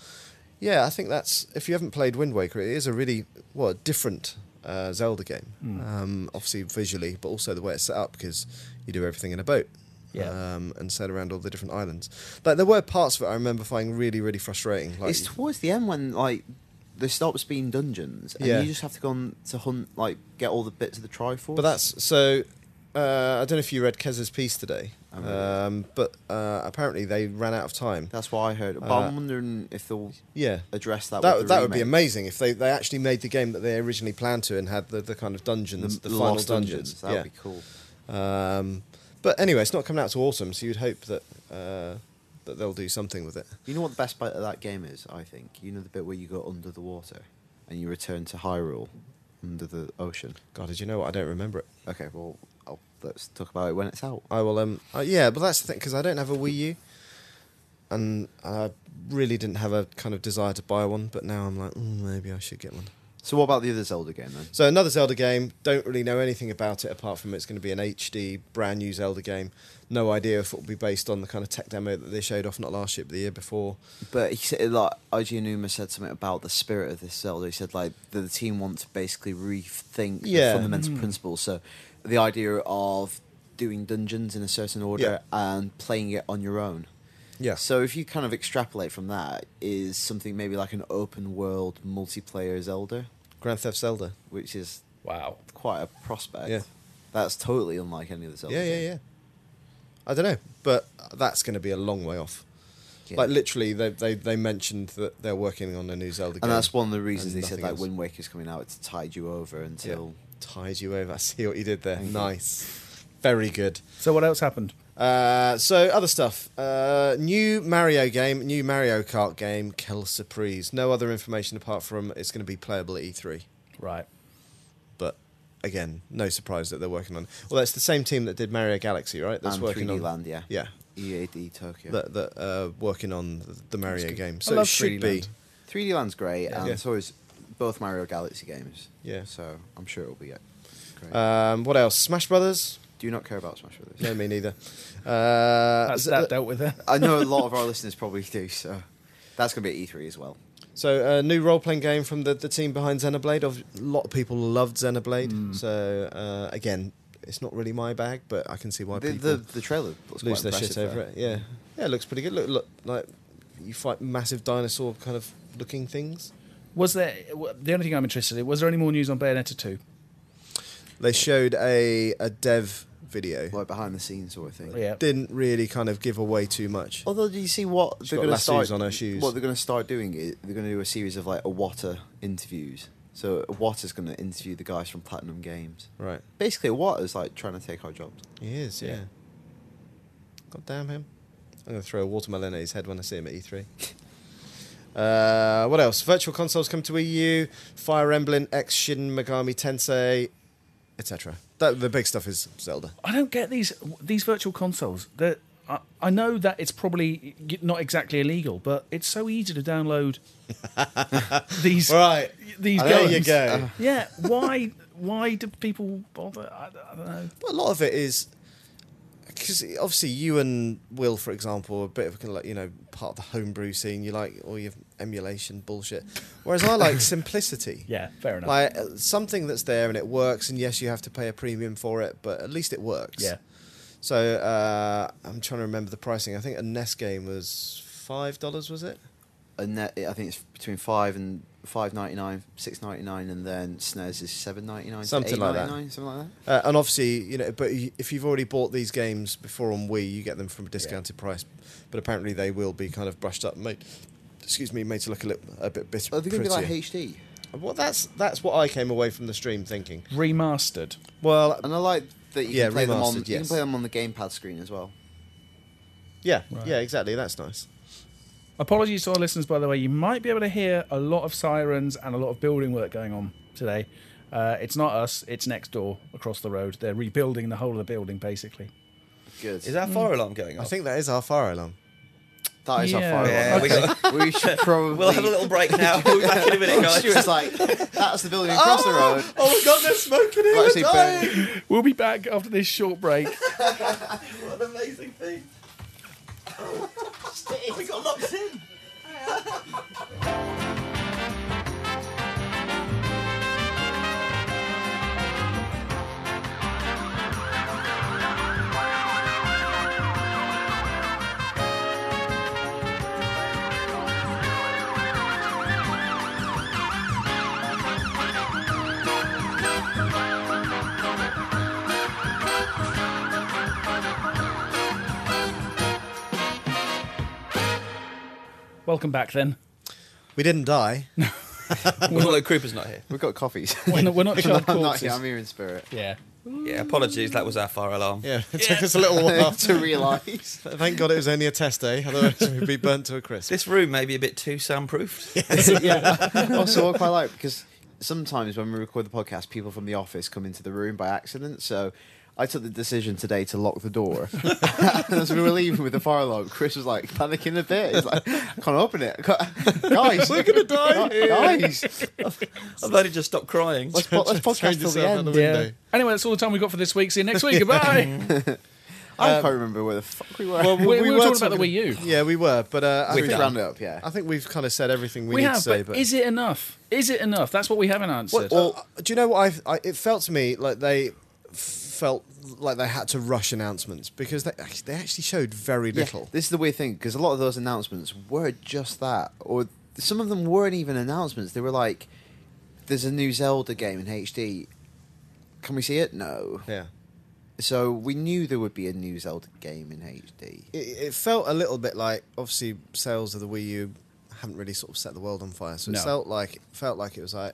Speaker 1: yeah, I think that's if you haven't played Wind Waker, it is a really well different uh, Zelda game. Um, obviously visually, but also the way it's set up because you do everything in a boat.
Speaker 2: Yeah.
Speaker 1: Um, and sail around all the different islands. Like there were parts of it I remember finding really, really frustrating. Like
Speaker 3: it's towards the end when like there stops being dungeons, and
Speaker 1: Yeah.
Speaker 3: you just have to go on to hunt, like get all the bits of the Triforce.
Speaker 1: But that's so. Uh, I don't know if you read Kez's piece today,
Speaker 3: I haven't read
Speaker 1: um, but uh, apparently they ran out of time.
Speaker 3: that's what I heard. But
Speaker 1: Uh,
Speaker 3: I'm wondering if they'll
Speaker 1: yeah,
Speaker 3: address that.
Speaker 1: that
Speaker 3: with the
Speaker 1: that would be
Speaker 3: remake.
Speaker 1: amazing if they, they actually made the game that they originally planned to and had the, the kind of dungeons, the, final
Speaker 3: lost
Speaker 1: dungeons.
Speaker 3: That'd be cool.
Speaker 1: yeah. um, but anyway, it's not coming out to autumn, so you'd hope that uh, that they'll do something with it.
Speaker 3: You know what the best bit of that game is? I think you know the bit where you go under the water and you return to Hyrule under the ocean.
Speaker 1: God, did you know what? I don't remember it.
Speaker 3: Okay, well, I'll, let's talk about it when it's out.
Speaker 1: I will. Um, uh, yeah, but that's the thing because I don't have a Wii U, and I really didn't have a kind of desire to buy one. But now I'm like, mm, maybe I should get one.
Speaker 3: So, what about the other Zelda game then?
Speaker 1: So another Zelda game. Don't really know anything about it apart from it's going to be an HD brand new Zelda game. No idea if it will be based on the kind of tech demo that they showed off not last year but the year before.
Speaker 3: But he said, like, IG Numa said something about the spirit of this Zelda. He said, like, that the team want to basically rethink
Speaker 1: Yeah.
Speaker 3: the fundamental principles. So, the idea of doing dungeons in a certain order and playing it on your own.
Speaker 1: Yeah.
Speaker 3: So, if you kind of extrapolate from that, is something maybe like an open world multiplayer Zelda,
Speaker 1: Grand Theft Zelda.
Speaker 3: which is
Speaker 2: Wow.
Speaker 3: quite a prospect.
Speaker 1: Yeah.
Speaker 3: That's totally unlike any of the Zelda.
Speaker 1: yeah, yeah,
Speaker 3: games.
Speaker 1: yeah. I don't know, but that's going to be a long way off.
Speaker 3: Yeah.
Speaker 1: Like literally, they, they they mentioned that they're working on a new Zelda game.
Speaker 3: And that's one of the reasons
Speaker 1: and
Speaker 3: they said
Speaker 1: nothing
Speaker 3: like
Speaker 1: else.
Speaker 3: Wind Waker's coming out to tide you over until
Speaker 1: tied you over. I see what you did there.
Speaker 3: Thank you.
Speaker 1: nice, very good.
Speaker 2: So what else happened?
Speaker 1: Uh, so other stuff. Uh, new Mario game, new Mario Kart game, Kel Surprise. No other information apart from it's going to be playable at E3.
Speaker 2: Right.
Speaker 1: But again, no surprise that they're working on. Well, it's the same team that did Mario Galaxy, right? That's
Speaker 3: and
Speaker 1: working
Speaker 3: 3D
Speaker 1: on
Speaker 3: Land, yeah,
Speaker 1: yeah,
Speaker 3: EAD E Tokyo.
Speaker 1: that that uh, working on the, the Mario
Speaker 2: good.
Speaker 1: game.
Speaker 2: I
Speaker 1: So it
Speaker 2: love
Speaker 1: should
Speaker 2: 3D
Speaker 1: be.
Speaker 2: Land.
Speaker 3: 3D Land's great, and
Speaker 1: Yeah.
Speaker 3: so is both Mario Galaxy games.
Speaker 1: Yeah.
Speaker 3: So I'm sure it'll be uh, great.
Speaker 1: Um, what else? Smash Brothers?
Speaker 3: Do you not care about Smash Brothers?
Speaker 1: No, me neither. Uh,
Speaker 2: That's
Speaker 1: so-
Speaker 2: that dealt with it.
Speaker 3: I know a lot of our listeners probably do. So that's gonna be at E3 as well.
Speaker 1: So, a new role playing game from the, the team behind Xenoblade. Of- A lot of people loved Xenoblade.
Speaker 3: Hmm.
Speaker 1: So, uh, again, it's not really my bag, but I can see why
Speaker 3: The,
Speaker 1: people
Speaker 3: the the trailer looks
Speaker 1: lose their
Speaker 3: quite
Speaker 1: shit
Speaker 3: impressive
Speaker 1: over
Speaker 3: there.
Speaker 1: it. Yeah. Yeah, it looks pretty good. Look, look, like you fight massive dinosaur kind of looking things.
Speaker 2: Was there w- the only thing I'm interested in? Was there any more news on Bayonetta two?
Speaker 1: They showed a, a dev video
Speaker 3: like behind the scenes sort of thing.
Speaker 2: Yeah.
Speaker 1: didn't really kind of give away too much.
Speaker 3: Although, do you see what
Speaker 1: She's
Speaker 3: they're
Speaker 1: got
Speaker 3: going to
Speaker 1: lassos
Speaker 3: start
Speaker 1: on her shoes.
Speaker 3: What they're going to start doing is they're going to do a series of like Awata interviews. So Awata's going to interview the guys from Platinum Games.
Speaker 1: Right.
Speaker 3: Basically, Awata's like trying to take our jobs.
Speaker 1: He is, yeah.
Speaker 2: Yeah.
Speaker 1: God damn him. I'm going to throw a watermelon at his head when I see him at E3. Uh, what else? Virtual consoles come to EU, Fire Emblem, X Shin Megami Tensei, etc. That the big stuff is Zelda.
Speaker 2: I don't get these these virtual consoles. They're- I, I know that it's probably not exactly illegal, but it's so easy to download these
Speaker 1: Right.
Speaker 2: these Uh,
Speaker 1: There
Speaker 2: games.
Speaker 1: you go.
Speaker 2: Yeah, why why do people bother? I, I don't know.
Speaker 1: But a lot of it is because obviously you and Will, for example, are a bit of a, kind of like you know part of the homebrew scene. You like all your emulation bullshit, whereas I like simplicity.
Speaker 2: Yeah, fair enough.
Speaker 1: Like uh, something that's there and it works, and yes, you have to pay a premium for it, but at least it works.
Speaker 2: yeah,
Speaker 1: So uh, I'm trying to remember the pricing. I think a NES game was five dollars, was it?
Speaker 3: And that, I think it's between five and five ninety nine, six ninety nine, and then SNES is seven ninety nine,
Speaker 1: Something like that.
Speaker 3: something like that.
Speaker 1: Uh, and obviously, you know, but y- if you've already bought these games before on Wii, you get them from a discounted price. But apparently, they will be kind of brushed up, and made. Excuse me, made to look a, little, a bit bit
Speaker 3: Are they going to
Speaker 1: prettier.
Speaker 3: be like HD?
Speaker 1: well, that's that's what I came away from the stream thinking.
Speaker 2: remastered.
Speaker 1: Well,
Speaker 3: And I like that you
Speaker 1: Yeah,
Speaker 3: can play them on.
Speaker 1: remastered,
Speaker 3: You can
Speaker 1: yes.
Speaker 3: play them on the gamepad screen as well.
Speaker 1: yeah,
Speaker 2: Right.
Speaker 1: yeah, exactly. That's nice.
Speaker 2: Apologies to our listeners, by the way. You might be able to hear a lot of sirens and a lot of building work going on today. Uh, it's not us; it's next door across the road. They're rebuilding the whole of the building, basically.
Speaker 3: Good.
Speaker 4: Is that fire alarm going
Speaker 2: Oh.
Speaker 4: off?
Speaker 1: I think that is our fire alarm.
Speaker 3: that is
Speaker 2: Yeah.
Speaker 3: our final
Speaker 4: Yeah,
Speaker 3: one.
Speaker 4: we got-
Speaker 3: we Oh, should probably.
Speaker 4: We'll have a little break now. We'll be back in a minute, guys.
Speaker 3: Stuart's like, that's the building across the road.
Speaker 1: Oh my God, they're smoking
Speaker 3: We'll actually burn it.
Speaker 2: We'll be back after this short break.
Speaker 4: What an amazing thing. we got locked in.
Speaker 2: Welcome back, then.
Speaker 1: We didn't die.
Speaker 4: Although Krupa's not here.
Speaker 3: We've got coffees.
Speaker 2: We're not, we're not child
Speaker 3: I'm not
Speaker 2: corpses.
Speaker 3: here, I'm here in spirit.
Speaker 2: yeah.
Speaker 4: Yeah, apologies. That was our fire alarm.
Speaker 1: Yeah, it took us a little while.
Speaker 3: to realise.
Speaker 1: Thank God it was only a test day, otherwise we'd be burnt to a crisp.
Speaker 4: This room may be a bit too soundproofed.
Speaker 3: also, what I quite like, because sometimes when we record the podcast, people from the office come into the room by accident. So I took the decision today to lock the door. and as we were leaving with the fire alarm, Chris was like panicking a bit. He's like, I can't open it. I can't- Guys,
Speaker 1: We're gonna die here.
Speaker 3: Guys,
Speaker 4: I've only just stopped crying.
Speaker 3: let's, po- let's
Speaker 1: Turn
Speaker 3: podcast till the
Speaker 1: yourself out
Speaker 3: end.
Speaker 1: the
Speaker 2: Yeah.
Speaker 1: window.
Speaker 2: Anyway, that's all the time we've got for this week. See you next week. Goodbye.
Speaker 3: I can't remember where the fuck we were.
Speaker 1: Um, Well,
Speaker 2: we, we were talking about the Wii
Speaker 1: talking-
Speaker 2: U.
Speaker 1: Yeah, we were, but uh, I
Speaker 3: we
Speaker 1: think-
Speaker 3: round it up, yeah.
Speaker 1: I think we've kind of said everything we,
Speaker 2: We
Speaker 1: need
Speaker 2: have,
Speaker 1: to say.
Speaker 2: but, is it enough? Is it enough? That's what we haven't answered.
Speaker 1: well, uh, do you know what I, I? It felt to me like they felt like they had to rush announcements because they actually, they actually showed very
Speaker 3: Yeah,
Speaker 1: little.
Speaker 3: this is the weird thing because a lot of those announcements were just that, or some of them weren't even announcements. They were like, "There's a new Zelda game in HD. Can we see it? No."
Speaker 1: Yeah,
Speaker 3: So we knew there would be a new Zelda game in HD.
Speaker 1: it, it felt a little bit like obviously sales of the Wii U haven't really sort of set the world on fire, so
Speaker 2: No.
Speaker 1: it felt like it felt like it was like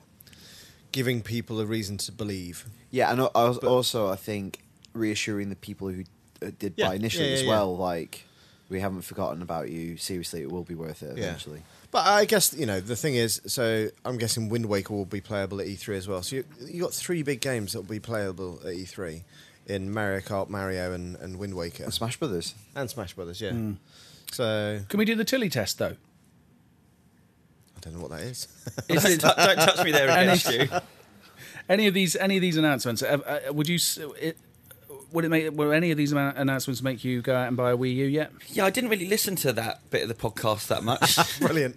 Speaker 1: giving people a reason to believe.
Speaker 3: Yeah, and I I was also I think reassuring the people who uh, did
Speaker 1: Yeah,
Speaker 3: buy initially
Speaker 1: yeah, yeah,
Speaker 3: as
Speaker 1: yeah.
Speaker 3: well, like. We haven't forgotten about you. Seriously, it will be worth it
Speaker 1: Yeah.
Speaker 3: eventually.
Speaker 1: But I guess you know the thing is. So I'm guessing Wind Waker will be playable at E3 as well. So you you got three big games that will be playable at E3 in Mario Kart, Mario, and, and Wind Waker Mm.
Speaker 3: And Smash Brothers.
Speaker 1: and Smash Brothers. Yeah. So
Speaker 2: Can we do the Tilly test though?
Speaker 1: I don't know what that is.
Speaker 4: don't, tou- don't touch me there again, Stu.
Speaker 2: Any of these? Any of these announcements? Uh, uh, would you? s- It, would it make? Will any of these amou- announcements make you go out and buy a Wii U yet?
Speaker 4: Yeah, I didn't really listen to that bit of the podcast that much.
Speaker 1: Brilliant.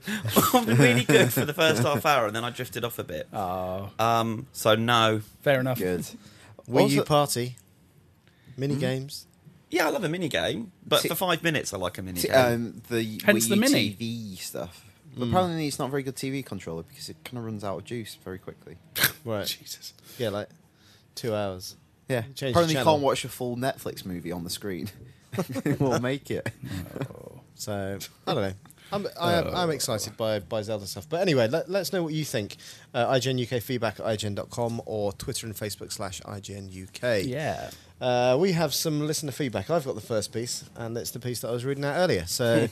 Speaker 4: I've been really good for the first half hour, and then I drifted off a bit.
Speaker 2: Oh,
Speaker 4: Um, so no.
Speaker 2: fair enough.
Speaker 3: Good.
Speaker 1: Wii U
Speaker 3: Also-
Speaker 1: Party Hmm? mini games.
Speaker 4: Yeah, I love a mini game, but
Speaker 3: See-
Speaker 4: for five minutes, I like a mini
Speaker 3: T-
Speaker 4: game.
Speaker 3: um, the Hmm.
Speaker 2: Hence
Speaker 3: Wii
Speaker 2: the Mini.
Speaker 3: TV stuff. But apparently, it's not a very good TV controller because it kind of runs out of juice very quickly.
Speaker 1: Right.
Speaker 2: Jesus.
Speaker 1: Yeah, like two hours.
Speaker 3: Yeah.
Speaker 1: Change the
Speaker 3: Apparently, you
Speaker 1: channel.
Speaker 3: can't watch a full Netflix movie on the screen. we'll make it.
Speaker 1: So I don't know. Uh, I'm, I, am- I'm excited by, by Zelda stuff. But anyway, let, let us know what you think. Uh, IGN UK feedback at IGN.com or Twitter and Facebook slash IGN UK.
Speaker 2: Yeah.
Speaker 1: Uh, we have some listener feedback. I've got the first piece, and it's the piece that I was reading out earlier. So,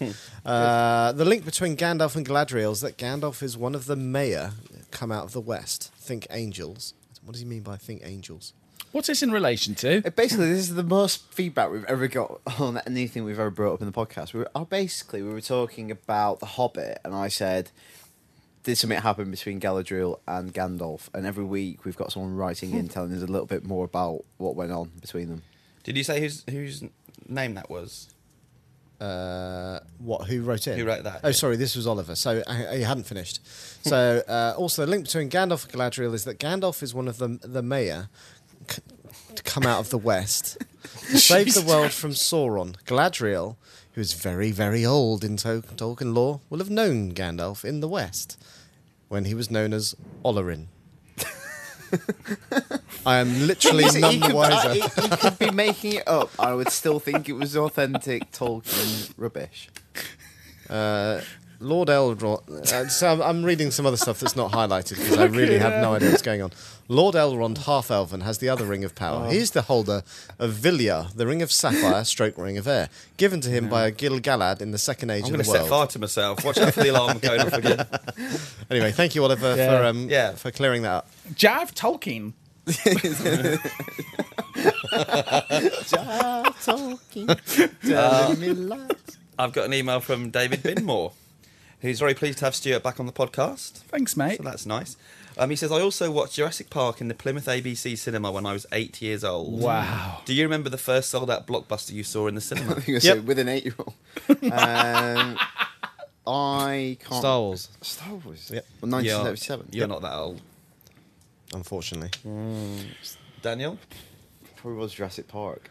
Speaker 1: uh, the link between Gandalf and Galadriel is that Gandalf is one of the mayor come out of the West. Think angels. What does he mean by think angels?
Speaker 2: What's this in relation to?
Speaker 3: Uh, Basically, this is the most feedback we've ever got on anything we've ever brought up in the podcast. We were, oh, basically, we were talking about The Hobbit, and I said, did something happen between Galadriel and Gandalf? And every week we've got someone writing in telling us a little bit more about what went on between them.
Speaker 4: Did you say whose whose name that was?
Speaker 1: Uh, what? Who wrote it?
Speaker 4: Who wrote that?
Speaker 1: Oh, sorry, this was Oliver. So I, I hadn't finished. So uh, also, the link between Gandalf and Galadriel is that Gandalf is one of the the mayor c- to come out of the West, save the world from Sauron. Galadriel, who is very very old in Tol- Tolkien lore, will have known Gandalf in the West when he was known as Olerin. I am literally none the wiser.
Speaker 3: You could be making it up. I would still think it was authentic Tolkien rubbish.
Speaker 1: Uh, Lord Elrond. Uh, so I'm, I'm reading some other stuff that's not highlighted because I really have no idea what's going on. Lord Elrond, half elven, has the other ring of power.
Speaker 4: Oh.
Speaker 1: He is the holder of Vilya, the ring of sapphire, stroke ring of air, given to him by a Gil Galad in the second age
Speaker 4: I'm
Speaker 1: of
Speaker 4: going to
Speaker 1: the
Speaker 4: set
Speaker 1: world.
Speaker 4: fire to myself. Watch out for the alarm going off again.
Speaker 1: Anyway, thank you, Oliver,
Speaker 2: Yeah.
Speaker 1: for um,
Speaker 4: Yeah.
Speaker 1: for clearing that up.
Speaker 2: Jav Tolkien.
Speaker 4: I've got an email from David Binmore, who's very pleased to have Stuart back on the podcast.
Speaker 2: Thanks, mate.
Speaker 4: So that's nice. Um, he says, I also watched Jurassic Park in the Plymouth ABC cinema when I was eight years old.
Speaker 2: Wow.
Speaker 4: Do you remember the first sold out blockbuster you saw in the cinema?
Speaker 3: You
Speaker 1: Yep.
Speaker 3: say with an eight-year-old. Um, I can't.
Speaker 1: Star Wars,
Speaker 3: Star Wars.
Speaker 1: Yep.
Speaker 3: Well, 1977.
Speaker 4: You're not that old.
Speaker 1: unfortunately.
Speaker 4: Daniel?
Speaker 3: Probably was Jurassic
Speaker 4: I
Speaker 3: Park.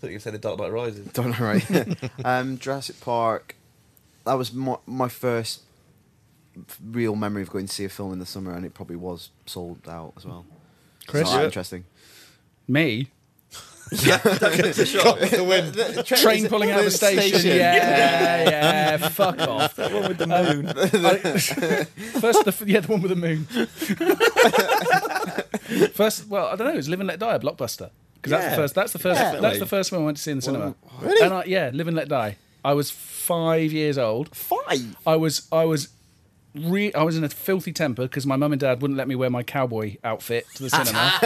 Speaker 4: thought you were going to say The Dark Knight Rises.
Speaker 3: Don't know, right? um, Jurassic Park. That was my, my first real memory of going to see a film in the summer, and it probably was sold out as well.
Speaker 2: Chris?
Speaker 3: It's not that
Speaker 2: Yeah.
Speaker 3: interesting.
Speaker 2: Me.
Speaker 4: Sure.
Speaker 1: The win.
Speaker 2: Train pulling out of a station. Yeah, yeah. Fuck off. That one with the moon. first, the, yeah, the one with the moon. first, well, I don't know. It was Live and Let Die, a blockbuster. Because that's
Speaker 4: Yeah.
Speaker 2: the first. That's the first.
Speaker 4: Yeah.
Speaker 2: That's the first one I went to see in the cinema.
Speaker 1: Really?
Speaker 2: And I, yeah, Live and Let Die. I was five years old.
Speaker 3: Five.
Speaker 2: I was I was re- I was in a filthy temper because my mum and dad wouldn't let me wear my cowboy outfit to the cinema.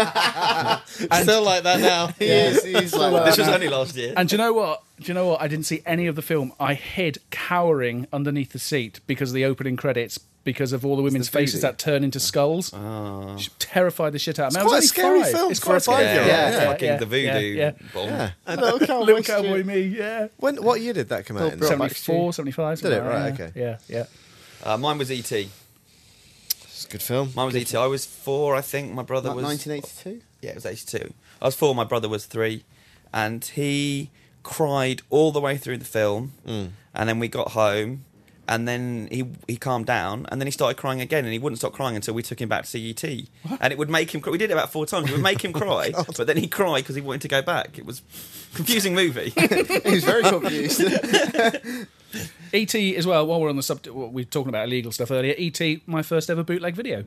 Speaker 1: Still like that now.
Speaker 3: Yes, he's like
Speaker 4: this was only last year.
Speaker 2: and do you know what? Do you know what? I didn't see any of the film. I hid cowering underneath the seat because of the opening credits because of all the women's
Speaker 3: the booty.
Speaker 2: faces that turn into skulls. She terrified the shit out of me. I
Speaker 1: Ah.
Speaker 2: was
Speaker 1: quite a
Speaker 2: only
Speaker 1: scary
Speaker 2: five.
Speaker 1: film
Speaker 2: It's
Speaker 1: for
Speaker 2: quite
Speaker 1: a
Speaker 2: scary.
Speaker 1: five-year-old.
Speaker 3: Yeah,
Speaker 4: fucking the voodoo
Speaker 2: Yeah,
Speaker 4: bomb.
Speaker 1: Yeah. Oh, I know, can't
Speaker 2: yeah. Little
Speaker 1: waste you.
Speaker 2: cowboy me, yeah.
Speaker 1: When, what year did that come out? in?
Speaker 3: Bill Brought back to
Speaker 2: 74, 75.
Speaker 1: Did it?
Speaker 2: something like
Speaker 1: Right,
Speaker 2: that,
Speaker 1: okay.
Speaker 2: Yeah, yeah.
Speaker 4: Uh, mine was E.T.
Speaker 1: It's a good film.
Speaker 4: Mine was E.T. I was four, I think. My brother was.
Speaker 3: 1982.
Speaker 4: Yeah, it was 82. I was four, my brother was three, and he cried all the way through the film. And then we got home, and then he he calmed down, and then he started crying again, and he wouldn't stop crying until we took him back to CET. And it would make him cry. We did it about four times. It would make him cry, but then he'd cry because he wanted to go back. It was confusing movie.
Speaker 3: he was very confused.
Speaker 2: ET E as well. While we're on the subject, what we were talking about illegal stuff earlier. ET, my first ever bootleg video.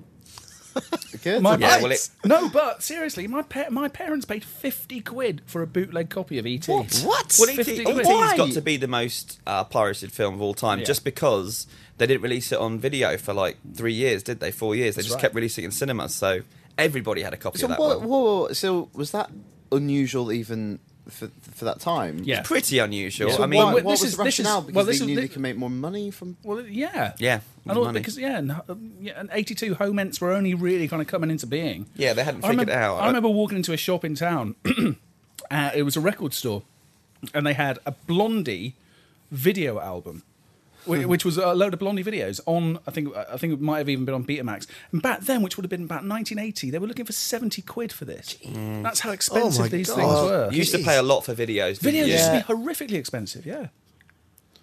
Speaker 3: Good.
Speaker 2: My
Speaker 4: Yeah, well, it-
Speaker 2: no, but seriously, my pa- my parents paid fifty quid for a bootleg copy of E ET. What?
Speaker 1: What?
Speaker 4: Well, E.T.
Speaker 2: 50 quid.
Speaker 4: has got to be the most uh, pirated film of all time,
Speaker 2: Yeah.
Speaker 4: just because they didn't release it on video for like three years, did they? Four years. They just
Speaker 2: right.
Speaker 4: kept releasing it in cinemas, so everybody had a copy
Speaker 3: So
Speaker 4: of that
Speaker 3: what,
Speaker 4: one.
Speaker 3: whoa, whoa, whoa, so was that unusual even for, for that time?
Speaker 2: Yeah.
Speaker 4: Pretty unusual.
Speaker 2: So
Speaker 4: I mean,
Speaker 2: why-
Speaker 3: what
Speaker 2: Well, this
Speaker 3: was
Speaker 2: is-
Speaker 3: the
Speaker 2: this is-
Speaker 3: rationale?
Speaker 2: well,
Speaker 3: because
Speaker 2: this
Speaker 3: they
Speaker 2: is-
Speaker 3: knew
Speaker 2: thi-
Speaker 3: they could make more money from.
Speaker 2: Well, yeah,
Speaker 4: Yeah,
Speaker 2: and all,
Speaker 4: money.
Speaker 2: because yeah, and, um, yeah, and eighty two home ents were only really kind of coming into being.
Speaker 4: Yeah, they hadn't
Speaker 2: I
Speaker 4: figured
Speaker 2: remember,
Speaker 4: it out.
Speaker 2: I remember walking into a shop in town. uh, it was a record store, and they had a Blondie video album,
Speaker 4: Hmm.
Speaker 2: which, which was a load of Blondie videos on. I think I think it might have even been on Betamax. And back then, which would have been about 1980, they were looking for 70 quid for this. Mm. That's how expensive
Speaker 1: my
Speaker 2: these
Speaker 1: God.
Speaker 2: things were.
Speaker 4: Oh You used to
Speaker 1: Jeez.
Speaker 4: pay a lot for videos. didn't
Speaker 2: Videos
Speaker 4: you?
Speaker 2: used
Speaker 3: Yeah.
Speaker 2: to be horrifically expensive. Yeah,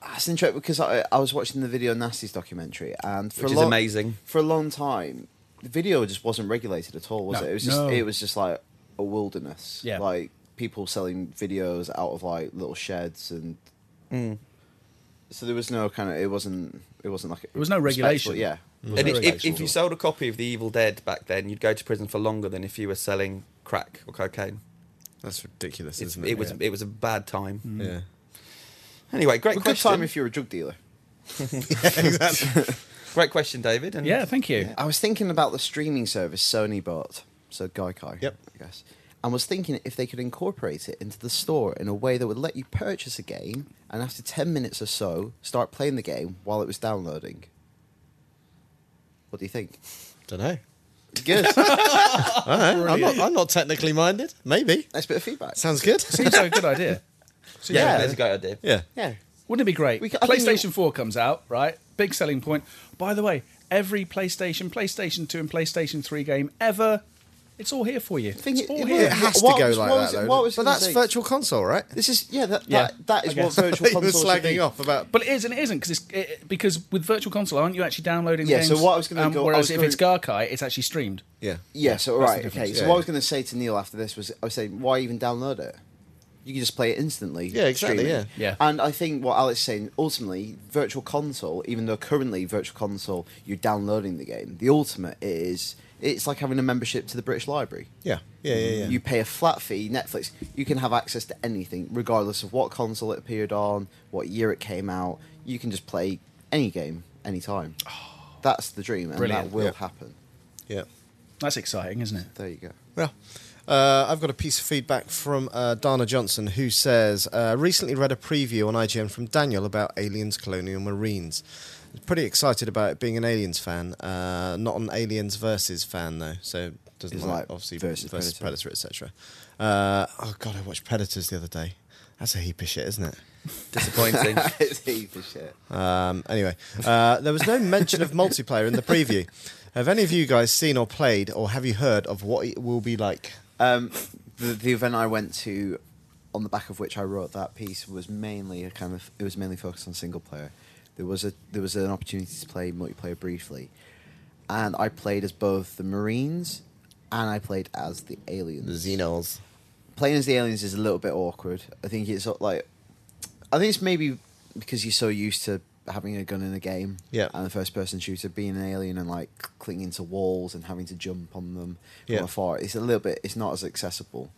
Speaker 3: That's interesting because I, I was watching the Video Nasties documentary, and for
Speaker 4: Which
Speaker 3: a
Speaker 4: is
Speaker 3: long,
Speaker 4: amazing.
Speaker 3: For a long time, the video just wasn't regulated at all, was
Speaker 2: No.
Speaker 3: it? It was just
Speaker 2: No.
Speaker 3: it was just like a wilderness.
Speaker 2: Yeah.
Speaker 3: Like people selling videos out of like little sheds and
Speaker 4: Mm.
Speaker 3: so there was no kind of it wasn't it wasn't like
Speaker 2: There was no regulation.
Speaker 3: Yeah. There was
Speaker 4: And if,
Speaker 3: no
Speaker 4: if,
Speaker 3: regulation
Speaker 4: if
Speaker 3: at all.
Speaker 4: you sold a copy of The Evil Dead back then, you'd go to prison for longer than if you were selling crack or cocaine.
Speaker 1: That's ridiculous,
Speaker 4: It's,
Speaker 1: isn't
Speaker 4: it,
Speaker 1: it?
Speaker 4: was it was a bad time.
Speaker 1: Yeah.
Speaker 4: Anyway, great
Speaker 3: a good
Speaker 4: question.
Speaker 3: time if you're a drug dealer.
Speaker 4: Great question, David. And
Speaker 2: Yeah, thank you.
Speaker 3: I was thinking about the streaming service Sony bought, so Gaikai,
Speaker 1: Yep.
Speaker 3: I guess, and was thinking if they could incorporate it into the store in a way that would let you purchase a game and after 10 minutes or so start playing the game while it was downloading. What do you think?
Speaker 1: Don't know.
Speaker 3: Good.
Speaker 1: I'm not. I'm not technically minded. Maybe
Speaker 3: nice bit of feedback.
Speaker 1: sounds good.
Speaker 2: Seems like a good idea. Seems
Speaker 4: Yeah,
Speaker 2: like a
Speaker 4: that's a great idea.
Speaker 1: yeah.
Speaker 3: Yeah.
Speaker 2: Wouldn't it be great?
Speaker 3: We could- I think
Speaker 2: PlayStation
Speaker 3: we-
Speaker 2: 4 comes out, right? Big selling point. By the way, every PlayStation, PlayStation 2, and PlayStation 3 game ever, it's all here for you.
Speaker 3: Think
Speaker 2: It's
Speaker 3: it-
Speaker 2: all
Speaker 3: it
Speaker 2: here.
Speaker 3: Yeah.
Speaker 1: It has
Speaker 3: What
Speaker 1: to go
Speaker 3: was-
Speaker 1: like
Speaker 3: what
Speaker 1: that,
Speaker 3: was it-
Speaker 1: though.
Speaker 3: what was
Speaker 1: but
Speaker 3: gonna
Speaker 1: that's
Speaker 3: say?
Speaker 1: virtual console, right?
Speaker 3: This is yeah that
Speaker 2: Yeah,
Speaker 3: that, that is
Speaker 2: I
Speaker 3: what
Speaker 2: guess.
Speaker 3: virtual
Speaker 1: You're
Speaker 3: console should be.
Speaker 1: slagging off about.
Speaker 2: But it is and it isn't because it's it, because with Virtual Console, aren't you actually downloading?
Speaker 3: Yeah,
Speaker 2: Games, Um,
Speaker 3: so what I was gonna go- I
Speaker 2: Whereas
Speaker 3: was
Speaker 2: if
Speaker 3: gonna-
Speaker 2: it's Garkai, it's actually streamed.
Speaker 1: yeah.
Speaker 3: Yeah, so
Speaker 2: That's the
Speaker 3: right, okay.
Speaker 2: difference,
Speaker 3: So
Speaker 1: yeah.
Speaker 3: what I was going to say to Neil after this was, I was saying, why even download it? You can just play it instantly.
Speaker 1: Yeah, exactly,
Speaker 3: streaming.
Speaker 2: yeah. Yeah.
Speaker 3: And I think what Alex is saying, ultimately, Virtual Console, even though currently Virtual Console, you're downloading the game. The ultimate is it's like having a membership to the British Library.
Speaker 1: Yeah. Yeah. Yeah. Yeah.
Speaker 3: You pay a flat fee, Netflix. You can have access to anything, regardless of what console it appeared on, what year it came out. You can just play any game, anytime. That's the dream, and
Speaker 2: Brilliant.
Speaker 3: that will
Speaker 1: Yeah.
Speaker 3: happen.
Speaker 1: yeah.
Speaker 2: That's exciting, isn't it?
Speaker 3: There you go.
Speaker 1: Well, uh, I've got a piece of feedback from uh, Dana Johnson who says uh, recently read a preview on IGN from Daniel about Aliens Colonial Marines. Pretty excited about it being an Aliens fan, uh, not an Aliens versus fan though. So doesn't
Speaker 3: It's
Speaker 1: like,
Speaker 3: like
Speaker 1: obviously versus,
Speaker 3: versus
Speaker 1: Predator, etc. Uh, oh god, I watched Predators the other day. That's a heap of shit, isn't it?
Speaker 4: Disappointing. Oh.
Speaker 3: it's a heap of shit.
Speaker 1: Um, anyway, uh, there was no mention of multiplayer in the preview. Have any of you guys seen or played, or have you heard of what it will be like?
Speaker 3: Um, the, the event I went to, on the back of which I wrote that piece, was mainly a kind of it was mainly focused on single player. There was a there was an opportunity to play multiplayer briefly, and I played as both the Marines and I played as the aliens.
Speaker 1: The Xenos.
Speaker 3: Playing as the aliens is a little bit awkward. I think it's uh, like, I think it's maybe because you're so used to having a gun in a game,
Speaker 1: Yeah.
Speaker 3: and the first person shooter being an alien and like clinging to walls and having to jump on them from
Speaker 1: Yeah.
Speaker 3: afar. It's a little bit. It's not as accessible.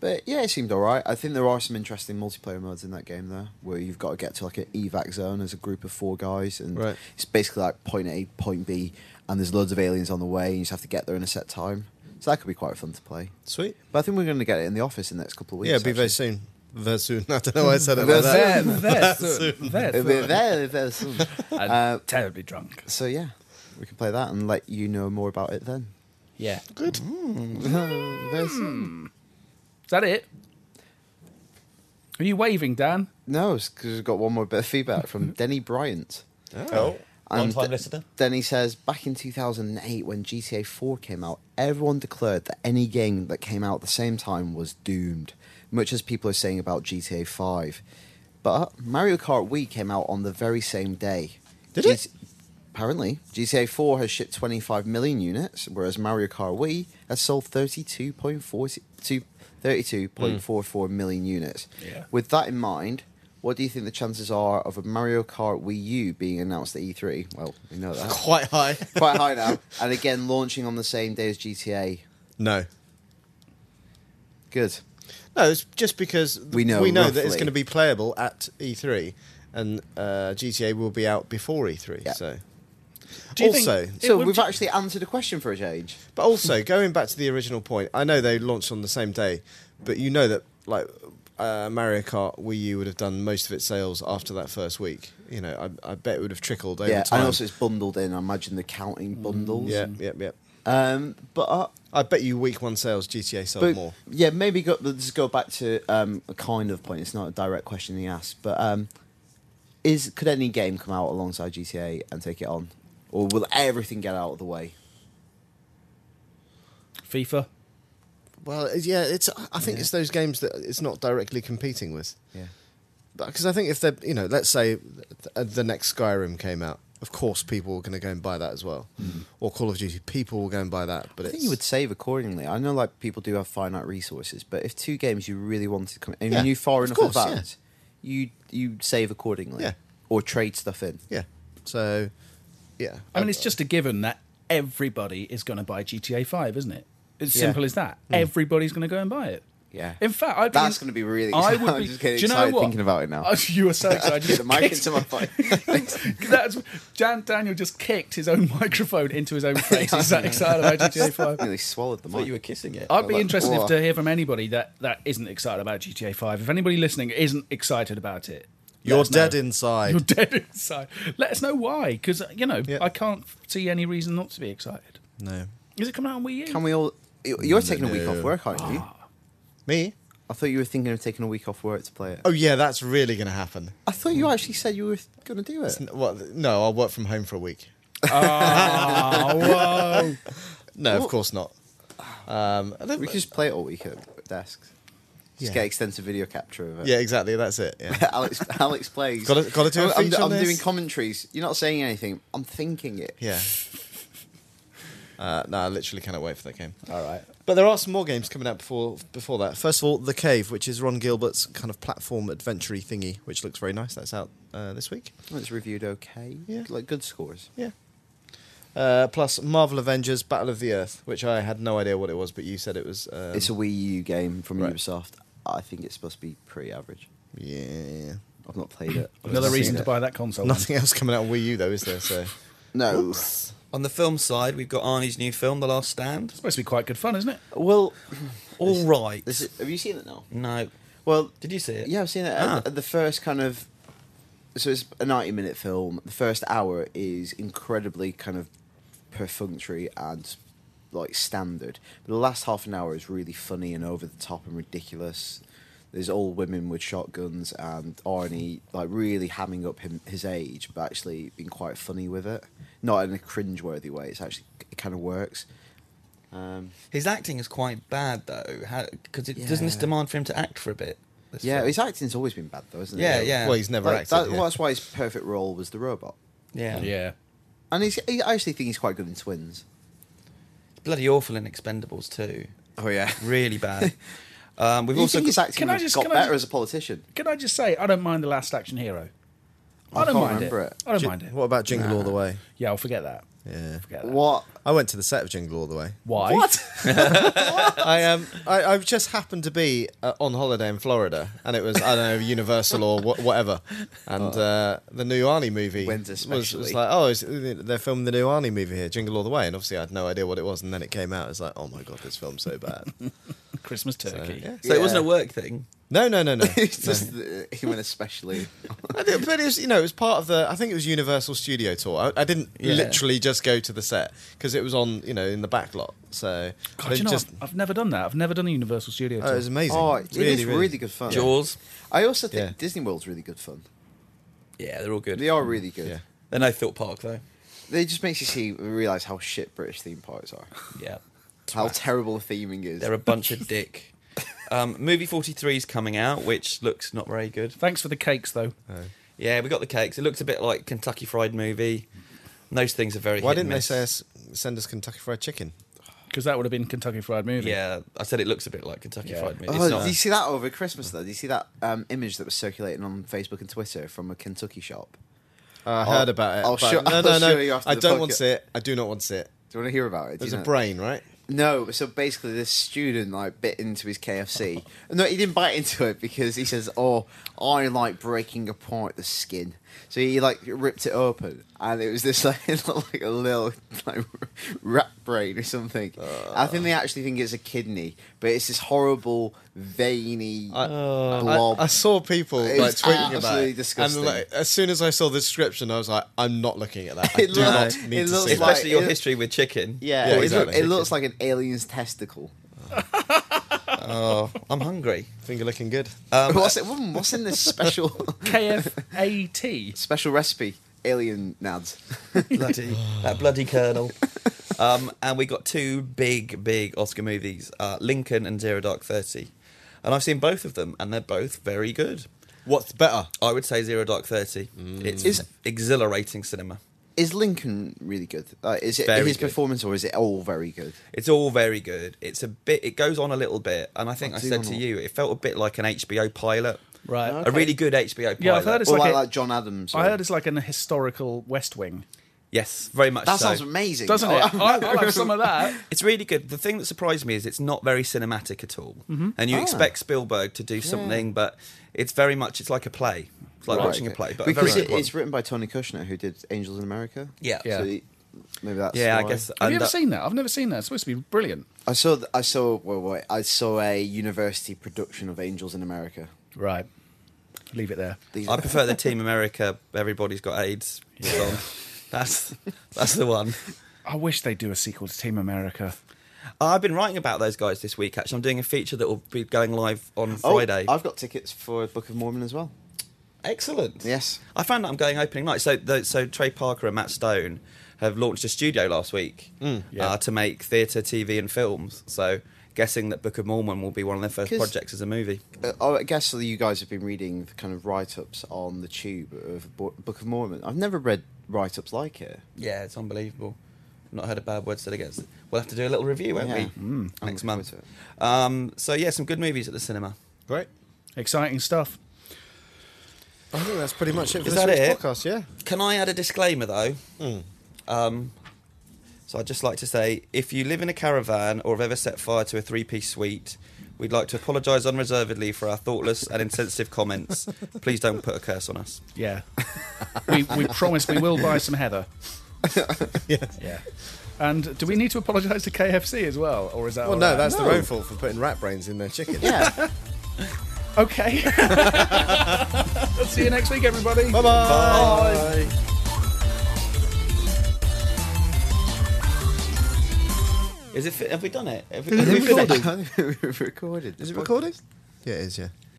Speaker 3: But yeah, it seemed alright. I think there are some interesting multiplayer modes in that game though, where you've got to get to like an evac zone as a group of four guys, and
Speaker 1: Right.
Speaker 3: it's basically like point A, point B, and there's loads of aliens on the way, and you just have to get there in a set time. So that could be quite fun to play.
Speaker 1: Sweet.
Speaker 3: But I think we're going to get it in the office in the next couple of weeks.
Speaker 1: Yeah, it'll be very
Speaker 3: actually.
Speaker 1: soon. Very soon. I don't know why I said it
Speaker 3: Very
Speaker 1: like that.
Speaker 2: There, there, soon, there,
Speaker 3: It'll be
Speaker 2: soon.
Speaker 3: very, very soon.
Speaker 2: I'm
Speaker 3: Uh,
Speaker 2: terribly drunk.
Speaker 3: so yeah, we can play that and let you know more about it then.
Speaker 2: Yeah. Is
Speaker 1: Good.
Speaker 3: Very soon.
Speaker 2: that it? Are you waving, Dan?
Speaker 3: No, because we've got one more bit of feedback from Denny Bryant.
Speaker 4: oh, long
Speaker 3: And
Speaker 4: time
Speaker 3: th-
Speaker 4: listener.
Speaker 3: Denny says, back in 2008 when GTA 4 came out, everyone declared that any game that came out at the same time was doomed, much as people are saying about GTA 5. But Mario Kart Wii came out on the very same day.
Speaker 1: Did it?
Speaker 3: Apparently. GTA 4 has shipped 25 million units, whereas Mario Kart Wii has sold 32.42 32.44 million units.
Speaker 2: Yeah.
Speaker 3: With that in mind, what do you think the chances are of a Mario Kart Wii U being announced at E3? Well, we know that.
Speaker 1: Quite high.
Speaker 3: Quite high now. And again, launching on the same day as GTA.
Speaker 1: No.
Speaker 3: Good.
Speaker 1: No, it's just because
Speaker 3: We know
Speaker 1: we know that it's
Speaker 3: roughly.
Speaker 1: going to be playable at E3 and uh, GTA will be out before E3.
Speaker 3: Yeah.
Speaker 1: So.
Speaker 2: Do you think-
Speaker 1: also,
Speaker 2: It
Speaker 3: So
Speaker 2: would-
Speaker 3: we've actually answered a question for a change.
Speaker 1: but also going back to the original point, I know they launched on the same day, but you know that like uh, Mario Kart Wii U would have done most of its sales after that first week. You know, I, I bet it would have trickled over
Speaker 3: yeah,
Speaker 1: time. Mm,
Speaker 3: and also it's bundled in. I imagine the counting bundles.
Speaker 1: yeah, yeah, yeah.
Speaker 3: Um, but uh,
Speaker 1: I bet you week one sales GTA sold
Speaker 3: but
Speaker 1: more.
Speaker 3: yeah, maybe go, let's go back to um, a kind of point. It's not a direct question he asked, but um, is could any game come out alongside GTA and take it on, or will everything get out of the way?
Speaker 2: FIFA.
Speaker 1: Well, it- yeah, it's. I think it's those games that it's not directly competing with,
Speaker 3: Yeah.
Speaker 1: because I think if they're, you know, let's say th- the next Skyrim came out, of course people were going to go and buy that as well. Or Call of Duty, people will go and buy that. But
Speaker 3: Hmm. I
Speaker 1: it's,
Speaker 3: think you would save accordingly. I know like people do have finite resources, but if two games you really wanted to come and
Speaker 1: Yeah,
Speaker 3: you knew far
Speaker 1: of
Speaker 3: enough
Speaker 1: course,
Speaker 3: advanced, you you save accordingly.
Speaker 1: Yeah.
Speaker 3: Or trade stuff in.
Speaker 1: yeah. So yeah,
Speaker 2: I mean, it's just a given that everybody is going to buy GTA 5, isn't it? It's
Speaker 3: Yeah. Hmm.
Speaker 2: simple as that. Everybody's going to go and buy it.
Speaker 3: Yeah.
Speaker 2: In fact, I'd
Speaker 3: That's gonna be really
Speaker 2: I
Speaker 3: exciting.
Speaker 2: would
Speaker 3: I'm
Speaker 2: be,
Speaker 3: just getting
Speaker 2: do you know
Speaker 3: excited
Speaker 2: what?
Speaker 3: thinking about it now.
Speaker 2: Oh, you were so excited.
Speaker 3: Get the mic
Speaker 2: Kicked-
Speaker 3: into my phone.
Speaker 2: That's Jan Daniel just kicked his own microphone into his own face. He's that excited about GTA Five.
Speaker 3: nearly swallowed the
Speaker 4: thought you were
Speaker 3: mic.
Speaker 4: kissing it.
Speaker 2: I'd be
Speaker 3: Well,
Speaker 2: interested
Speaker 3: well.
Speaker 2: if to hear from anybody that, that isn't excited about GTA Five. If anybody listening isn't excited about it, let
Speaker 1: you're
Speaker 2: us know.
Speaker 1: dead inside.
Speaker 2: You're dead inside. Let us know why, because you know
Speaker 1: Yeah.
Speaker 2: I can't see any reason not to be excited.
Speaker 1: no,
Speaker 2: Is it coming out on Wii U?
Speaker 3: Can we all you- you're taking a week
Speaker 1: no.
Speaker 3: off work, aren't you?
Speaker 1: me.
Speaker 3: I thought you were thinking of taking a week off work to play it. Hmm.
Speaker 1: Oh yeah, that's really going to happen.
Speaker 3: I thought you actually said you were going to do it.
Speaker 1: N- What? No, I'll work from home for a week.
Speaker 2: Oh, whoa.
Speaker 1: No, of course not. Um, I don't-
Speaker 3: Ah. We could just play it all week at desks. Just
Speaker 1: Yeah.
Speaker 3: get extensive video capture of it.
Speaker 1: yeah, exactly. That's it. Yeah.
Speaker 3: Alex, Alex plays.
Speaker 1: Gotta- gotta do a
Speaker 3: I'm,
Speaker 1: feature
Speaker 3: I'm,
Speaker 1: on
Speaker 3: I'm
Speaker 1: this.
Speaker 3: doing commentaries. You're not saying anything. I'm thinking it.
Speaker 1: yeah. Uh, no, I literally cannot wait for that game.
Speaker 3: All right.
Speaker 1: But there are some more games coming out before before that. First of all, The Cave, which is Ron Gilbert's kind of platform adventure thingy, which looks very nice. That's out uh, this week.
Speaker 3: Well, it's reviewed okay.
Speaker 1: Yeah.
Speaker 3: Like good scores.
Speaker 1: Yeah. Uh, plus Marvel Avengers Battle of the Earth, which I had no idea what it was, but you said it was. Um,
Speaker 3: it's a Wii U game from
Speaker 1: right.
Speaker 3: Ubisoft. I think it's supposed to be pretty average.
Speaker 1: yeah.
Speaker 3: I've not played it. I've
Speaker 2: Another
Speaker 3: not
Speaker 2: reason
Speaker 3: seen
Speaker 2: to
Speaker 3: it.
Speaker 2: buy that console.
Speaker 1: Nothing else coming out on Wii U though, is there? So
Speaker 3: No.
Speaker 4: On the film side, we've got Arnie's new film, The Last Stand.
Speaker 2: Supposed to be quite good fun, isn't it?
Speaker 3: Well,
Speaker 4: All right.
Speaker 3: this is, have you seen it now?
Speaker 4: no.
Speaker 3: Well,
Speaker 4: Did you see it?
Speaker 3: Yeah, I've seen it.
Speaker 4: Ah.
Speaker 3: At, at the first kind of, so it's a ninety-minute film. The first hour is incredibly kind of perfunctory and like standard, but the last half an hour is really funny and over the top and ridiculous. There's old women with shotguns and Arnie like really hamming up him his age, but actually being quite funny with it. Not in a cringe-worthy way. It's actually it kind of works. Um,
Speaker 4: His acting is quite bad though, because it
Speaker 3: Yeah.
Speaker 4: doesn't this demand for him to act for a bit. This
Speaker 3: yeah,
Speaker 4: film?
Speaker 3: his acting's always been bad though, isn't
Speaker 4: Yeah,
Speaker 3: it?
Speaker 4: yeah.
Speaker 1: well, he's never
Speaker 3: Like,
Speaker 1: acted.
Speaker 3: that-
Speaker 1: yeah.
Speaker 3: well, that's why his perfect role was the robot.
Speaker 4: yeah,
Speaker 2: Yeah.
Speaker 3: And he's, he, I actually think he's quite good in Twins.
Speaker 4: bloody awful in Expendables too.
Speaker 3: Oh yeah,
Speaker 4: Really bad. um, we've
Speaker 3: you
Speaker 4: also
Speaker 3: think his
Speaker 4: got-
Speaker 3: acting
Speaker 2: Can I
Speaker 3: has
Speaker 2: just-
Speaker 3: got
Speaker 2: can I
Speaker 3: better
Speaker 2: just-
Speaker 3: as a politician?
Speaker 2: Can I just say, I don't mind The Last Action Hero. I,
Speaker 3: I
Speaker 2: don't
Speaker 3: can't
Speaker 2: mind it.
Speaker 3: remember it.
Speaker 2: I don't
Speaker 1: Ji-
Speaker 2: mind it.
Speaker 1: What about Jingle All the Way?
Speaker 2: Yeah, I'll forget that.
Speaker 1: Yeah.
Speaker 2: Forget that.
Speaker 3: What?
Speaker 1: I went to the set of Jingle All the Way.
Speaker 2: Why?
Speaker 1: I um I, I just happened to be uh, on holiday in Florida, and it was I don't know Universal or wha- whatever, and
Speaker 3: Oh.
Speaker 1: uh, the new Arnie movie
Speaker 3: Wins
Speaker 1: was, was
Speaker 3: especially.
Speaker 1: like oh is, they're filming the new Arnie movie here, Jingle All the Way, and obviously I had no idea what it was, and then it came out, it's like oh my god this film's so bad.
Speaker 2: Christmas
Speaker 1: So,
Speaker 2: turkey.
Speaker 1: yeah.
Speaker 4: so it wasn't a
Speaker 3: Yeah.
Speaker 4: work thing.
Speaker 1: No no no no.
Speaker 3: It's
Speaker 1: No.
Speaker 3: just the, he went especially.
Speaker 1: I did- but it's you know it was part of the I think it was Universal Studio tour. I, I didn't
Speaker 4: Yeah.
Speaker 1: literally just go to the set because it was on you know in the back lot, so I
Speaker 2: God, you
Speaker 1: didn't
Speaker 2: know,
Speaker 1: just
Speaker 2: I've, I've never done that. I've never done a Universal Studio
Speaker 1: oh,
Speaker 2: tour.
Speaker 1: it was amazing.
Speaker 3: oh, it is really, good fun.
Speaker 4: Jaws.
Speaker 3: I also think
Speaker 1: Yeah.
Speaker 3: Disney World's really good fun.
Speaker 4: Yeah, they're all good.
Speaker 3: They are really good.
Speaker 1: Yeah.
Speaker 4: They're no Thought Park though.
Speaker 3: They just makes you see realize how shit British theme parks are.
Speaker 4: Yeah,
Speaker 3: How terrible theming is.
Speaker 4: they're a bunch of dick. Um, movie 43 is coming out, which looks not very good.
Speaker 2: Thanks for the cakes, though.
Speaker 4: Yeah, we got the cakes. It looks a bit like Kentucky Fried Movie. Those things are very.
Speaker 1: Why
Speaker 4: hit and
Speaker 1: didn't they
Speaker 4: miss.
Speaker 1: say us, send us Kentucky Fried Chicken?
Speaker 2: Because that would have been Kentucky Fried Movie.
Speaker 4: Yeah, I said it looks a bit like Kentucky
Speaker 2: Yeah.
Speaker 4: Fried Movie. It's
Speaker 3: Oh,
Speaker 4: not.
Speaker 3: did you see that over Christmas though? Did you see that um, image that was circulating on Facebook and Twitter from a Kentucky shop?
Speaker 1: I
Speaker 3: I'll-
Speaker 1: heard about it.
Speaker 3: I'll
Speaker 1: but
Speaker 3: show-
Speaker 1: no,
Speaker 3: I'll
Speaker 1: no,
Speaker 3: show
Speaker 1: no.
Speaker 3: you after
Speaker 1: I
Speaker 3: the
Speaker 1: don't want
Speaker 3: podcast.
Speaker 1: to see it. I do not want to see it.
Speaker 3: Do you want to hear about it? Do you
Speaker 1: There's a
Speaker 3: know?
Speaker 1: brain, right?
Speaker 3: No, so basically, this student like bit into his KFC. No, he didn't bite into it because he says, "Oh, I like breaking apart the skin." So he like ripped it open, and it was this like, it looked like a little like rat brain or something. I think
Speaker 1: Uh.
Speaker 3: they actually think it's a kidney, but it's this horrible veiny
Speaker 1: I-
Speaker 4: Oh.
Speaker 3: blob.
Speaker 1: I, I saw people
Speaker 3: It
Speaker 1: like
Speaker 3: was
Speaker 1: tweeting about
Speaker 3: absolutely
Speaker 1: it,
Speaker 3: disgusting.
Speaker 1: and like, as soon as I saw the description, I was like, "I'm not looking at that. I
Speaker 3: It
Speaker 1: do
Speaker 3: looks-
Speaker 1: not need
Speaker 3: it
Speaker 1: to
Speaker 3: looks
Speaker 1: see
Speaker 3: like-
Speaker 1: that."
Speaker 4: Especially your
Speaker 3: it-
Speaker 4: history with chicken.
Speaker 3: yeah,
Speaker 1: Yeah,
Speaker 3: it,
Speaker 1: exactly.
Speaker 3: look, it looks like an alien's testicle.
Speaker 4: Oh, I'm hungry.
Speaker 1: Finger looking good.
Speaker 4: Um,
Speaker 3: what's it? What's in this special
Speaker 2: KFAT.
Speaker 3: special recipe? Alien nads.
Speaker 4: bloody that bloody colonel. Um, and we got two big, big Oscar movies, uh, Lincoln and Zero Dark Thirty, and I've seen both of them, and they're both very good.
Speaker 1: What's better?
Speaker 4: I would say Zero Dark Thirty. It's
Speaker 3: Is-
Speaker 4: exhilarating cinema.
Speaker 3: is Lincoln really good? Like, is it
Speaker 4: Very
Speaker 3: his
Speaker 4: good.
Speaker 3: performance or is it all very good?
Speaker 4: It's all very good. It's a bit. It goes on a little bit, and I think I
Speaker 3: What's he
Speaker 4: said
Speaker 3: on
Speaker 4: to
Speaker 3: on?
Speaker 4: you, it felt a bit like an HBO pilot,
Speaker 2: Right.
Speaker 3: No.
Speaker 4: a
Speaker 3: Okay.
Speaker 4: really good HBO pilot.
Speaker 2: Yeah, I've heard It's
Speaker 3: or
Speaker 2: like
Speaker 3: like,
Speaker 2: a-
Speaker 3: like John Adams?
Speaker 2: I
Speaker 3: or-
Speaker 2: heard it's like an historical West Wing,
Speaker 4: Yes, very much.
Speaker 3: that
Speaker 4: so.
Speaker 3: sounds amazing,
Speaker 2: doesn't
Speaker 3: Oh,
Speaker 2: it? I, I'll have some of that.
Speaker 4: It's really good. The thing that surprised me is it's not very cinematic at all, and you
Speaker 3: Ah.
Speaker 4: expect Spielberg to do something, but it's very much. It's like a play. It's like
Speaker 3: Right,
Speaker 4: watching
Speaker 3: okay.
Speaker 4: a play, but a very
Speaker 3: because it-
Speaker 4: good one.
Speaker 3: it's written by Tony Kushner, who did Angels in America.
Speaker 4: Yeah.
Speaker 2: Yeah.
Speaker 3: So he- maybe that's
Speaker 4: yeah, I
Speaker 3: why.
Speaker 4: guess.
Speaker 2: Have
Speaker 4: and uh,
Speaker 2: you ever
Speaker 4: that-
Speaker 2: seen that? I've never seen that. It's supposed to be brilliant.
Speaker 3: I saw th- I saw well, wait, I saw a university production of Angels in America.
Speaker 2: Right. Leave it there.
Speaker 3: These
Speaker 4: I prefer the Team America. Everybody's got AIDS. song. That's that's the one.
Speaker 2: I wish they'd do a sequel to Team America.
Speaker 4: I've been writing about those guys this week. Actually, I'm doing a feature that will be going live on
Speaker 3: Oh,
Speaker 4: Friday.
Speaker 3: I've got tickets for Book of Mormon as well.
Speaker 4: Excellent.
Speaker 3: Yes.
Speaker 4: I found out I'm going opening night. So, the, so Trey Parker and Matt Stone have launched a studio last week
Speaker 2: Yeah.
Speaker 4: uh, to make theatre, TV, and films. So, guessing that Book of Mormon will be one of their first
Speaker 3: 'Cause-
Speaker 4: projects as a movie.
Speaker 3: Uh, oh, I guess you guys have been reading the kind of write-ups on the tube of Bo- Book of Mormon. I've never read write-ups like it.
Speaker 4: Yeah, it's unbelievable. Not heard a bad word said against it. We'll have to do a little review, won't
Speaker 3: Yeah.
Speaker 4: we?
Speaker 3: Mm. I'm
Speaker 4: Next
Speaker 3: looking
Speaker 4: month.
Speaker 3: forward
Speaker 4: Um, so yeah, some good movies at the cinema.
Speaker 1: Great.
Speaker 2: Exciting stuff.
Speaker 1: I think that's pretty much it for
Speaker 4: Is
Speaker 1: this
Speaker 4: that
Speaker 1: week's
Speaker 4: it?
Speaker 1: podcast. Yeah.
Speaker 4: Can I add a disclaimer though? Um, so I'd just like to say if you live in a caravan or have ever set fire to a three piece suite, we'd like to apologise unreservedly for our thoughtless and insensitive comments. Please don't put a curse on us.
Speaker 2: Yeah. we, we promise we will buy some heather.
Speaker 1: Yes.
Speaker 2: Yeah. And do we need to apologise to KFC as well, or is that?
Speaker 1: Well,
Speaker 2: all
Speaker 1: Oh, no,
Speaker 2: right?
Speaker 1: that's their own fault for putting rat brains in their chicken.
Speaker 3: Yeah.
Speaker 2: okay. See you next week, everybody.
Speaker 1: Bye-bye. bye bye
Speaker 4: Is it? Have we done it? Have we,
Speaker 3: We've
Speaker 4: have we finished?
Speaker 3: recorded. We've recorded.
Speaker 1: Is
Speaker 3: this
Speaker 1: it
Speaker 3: podcast.
Speaker 1: recording? Yeah, it is, yeah.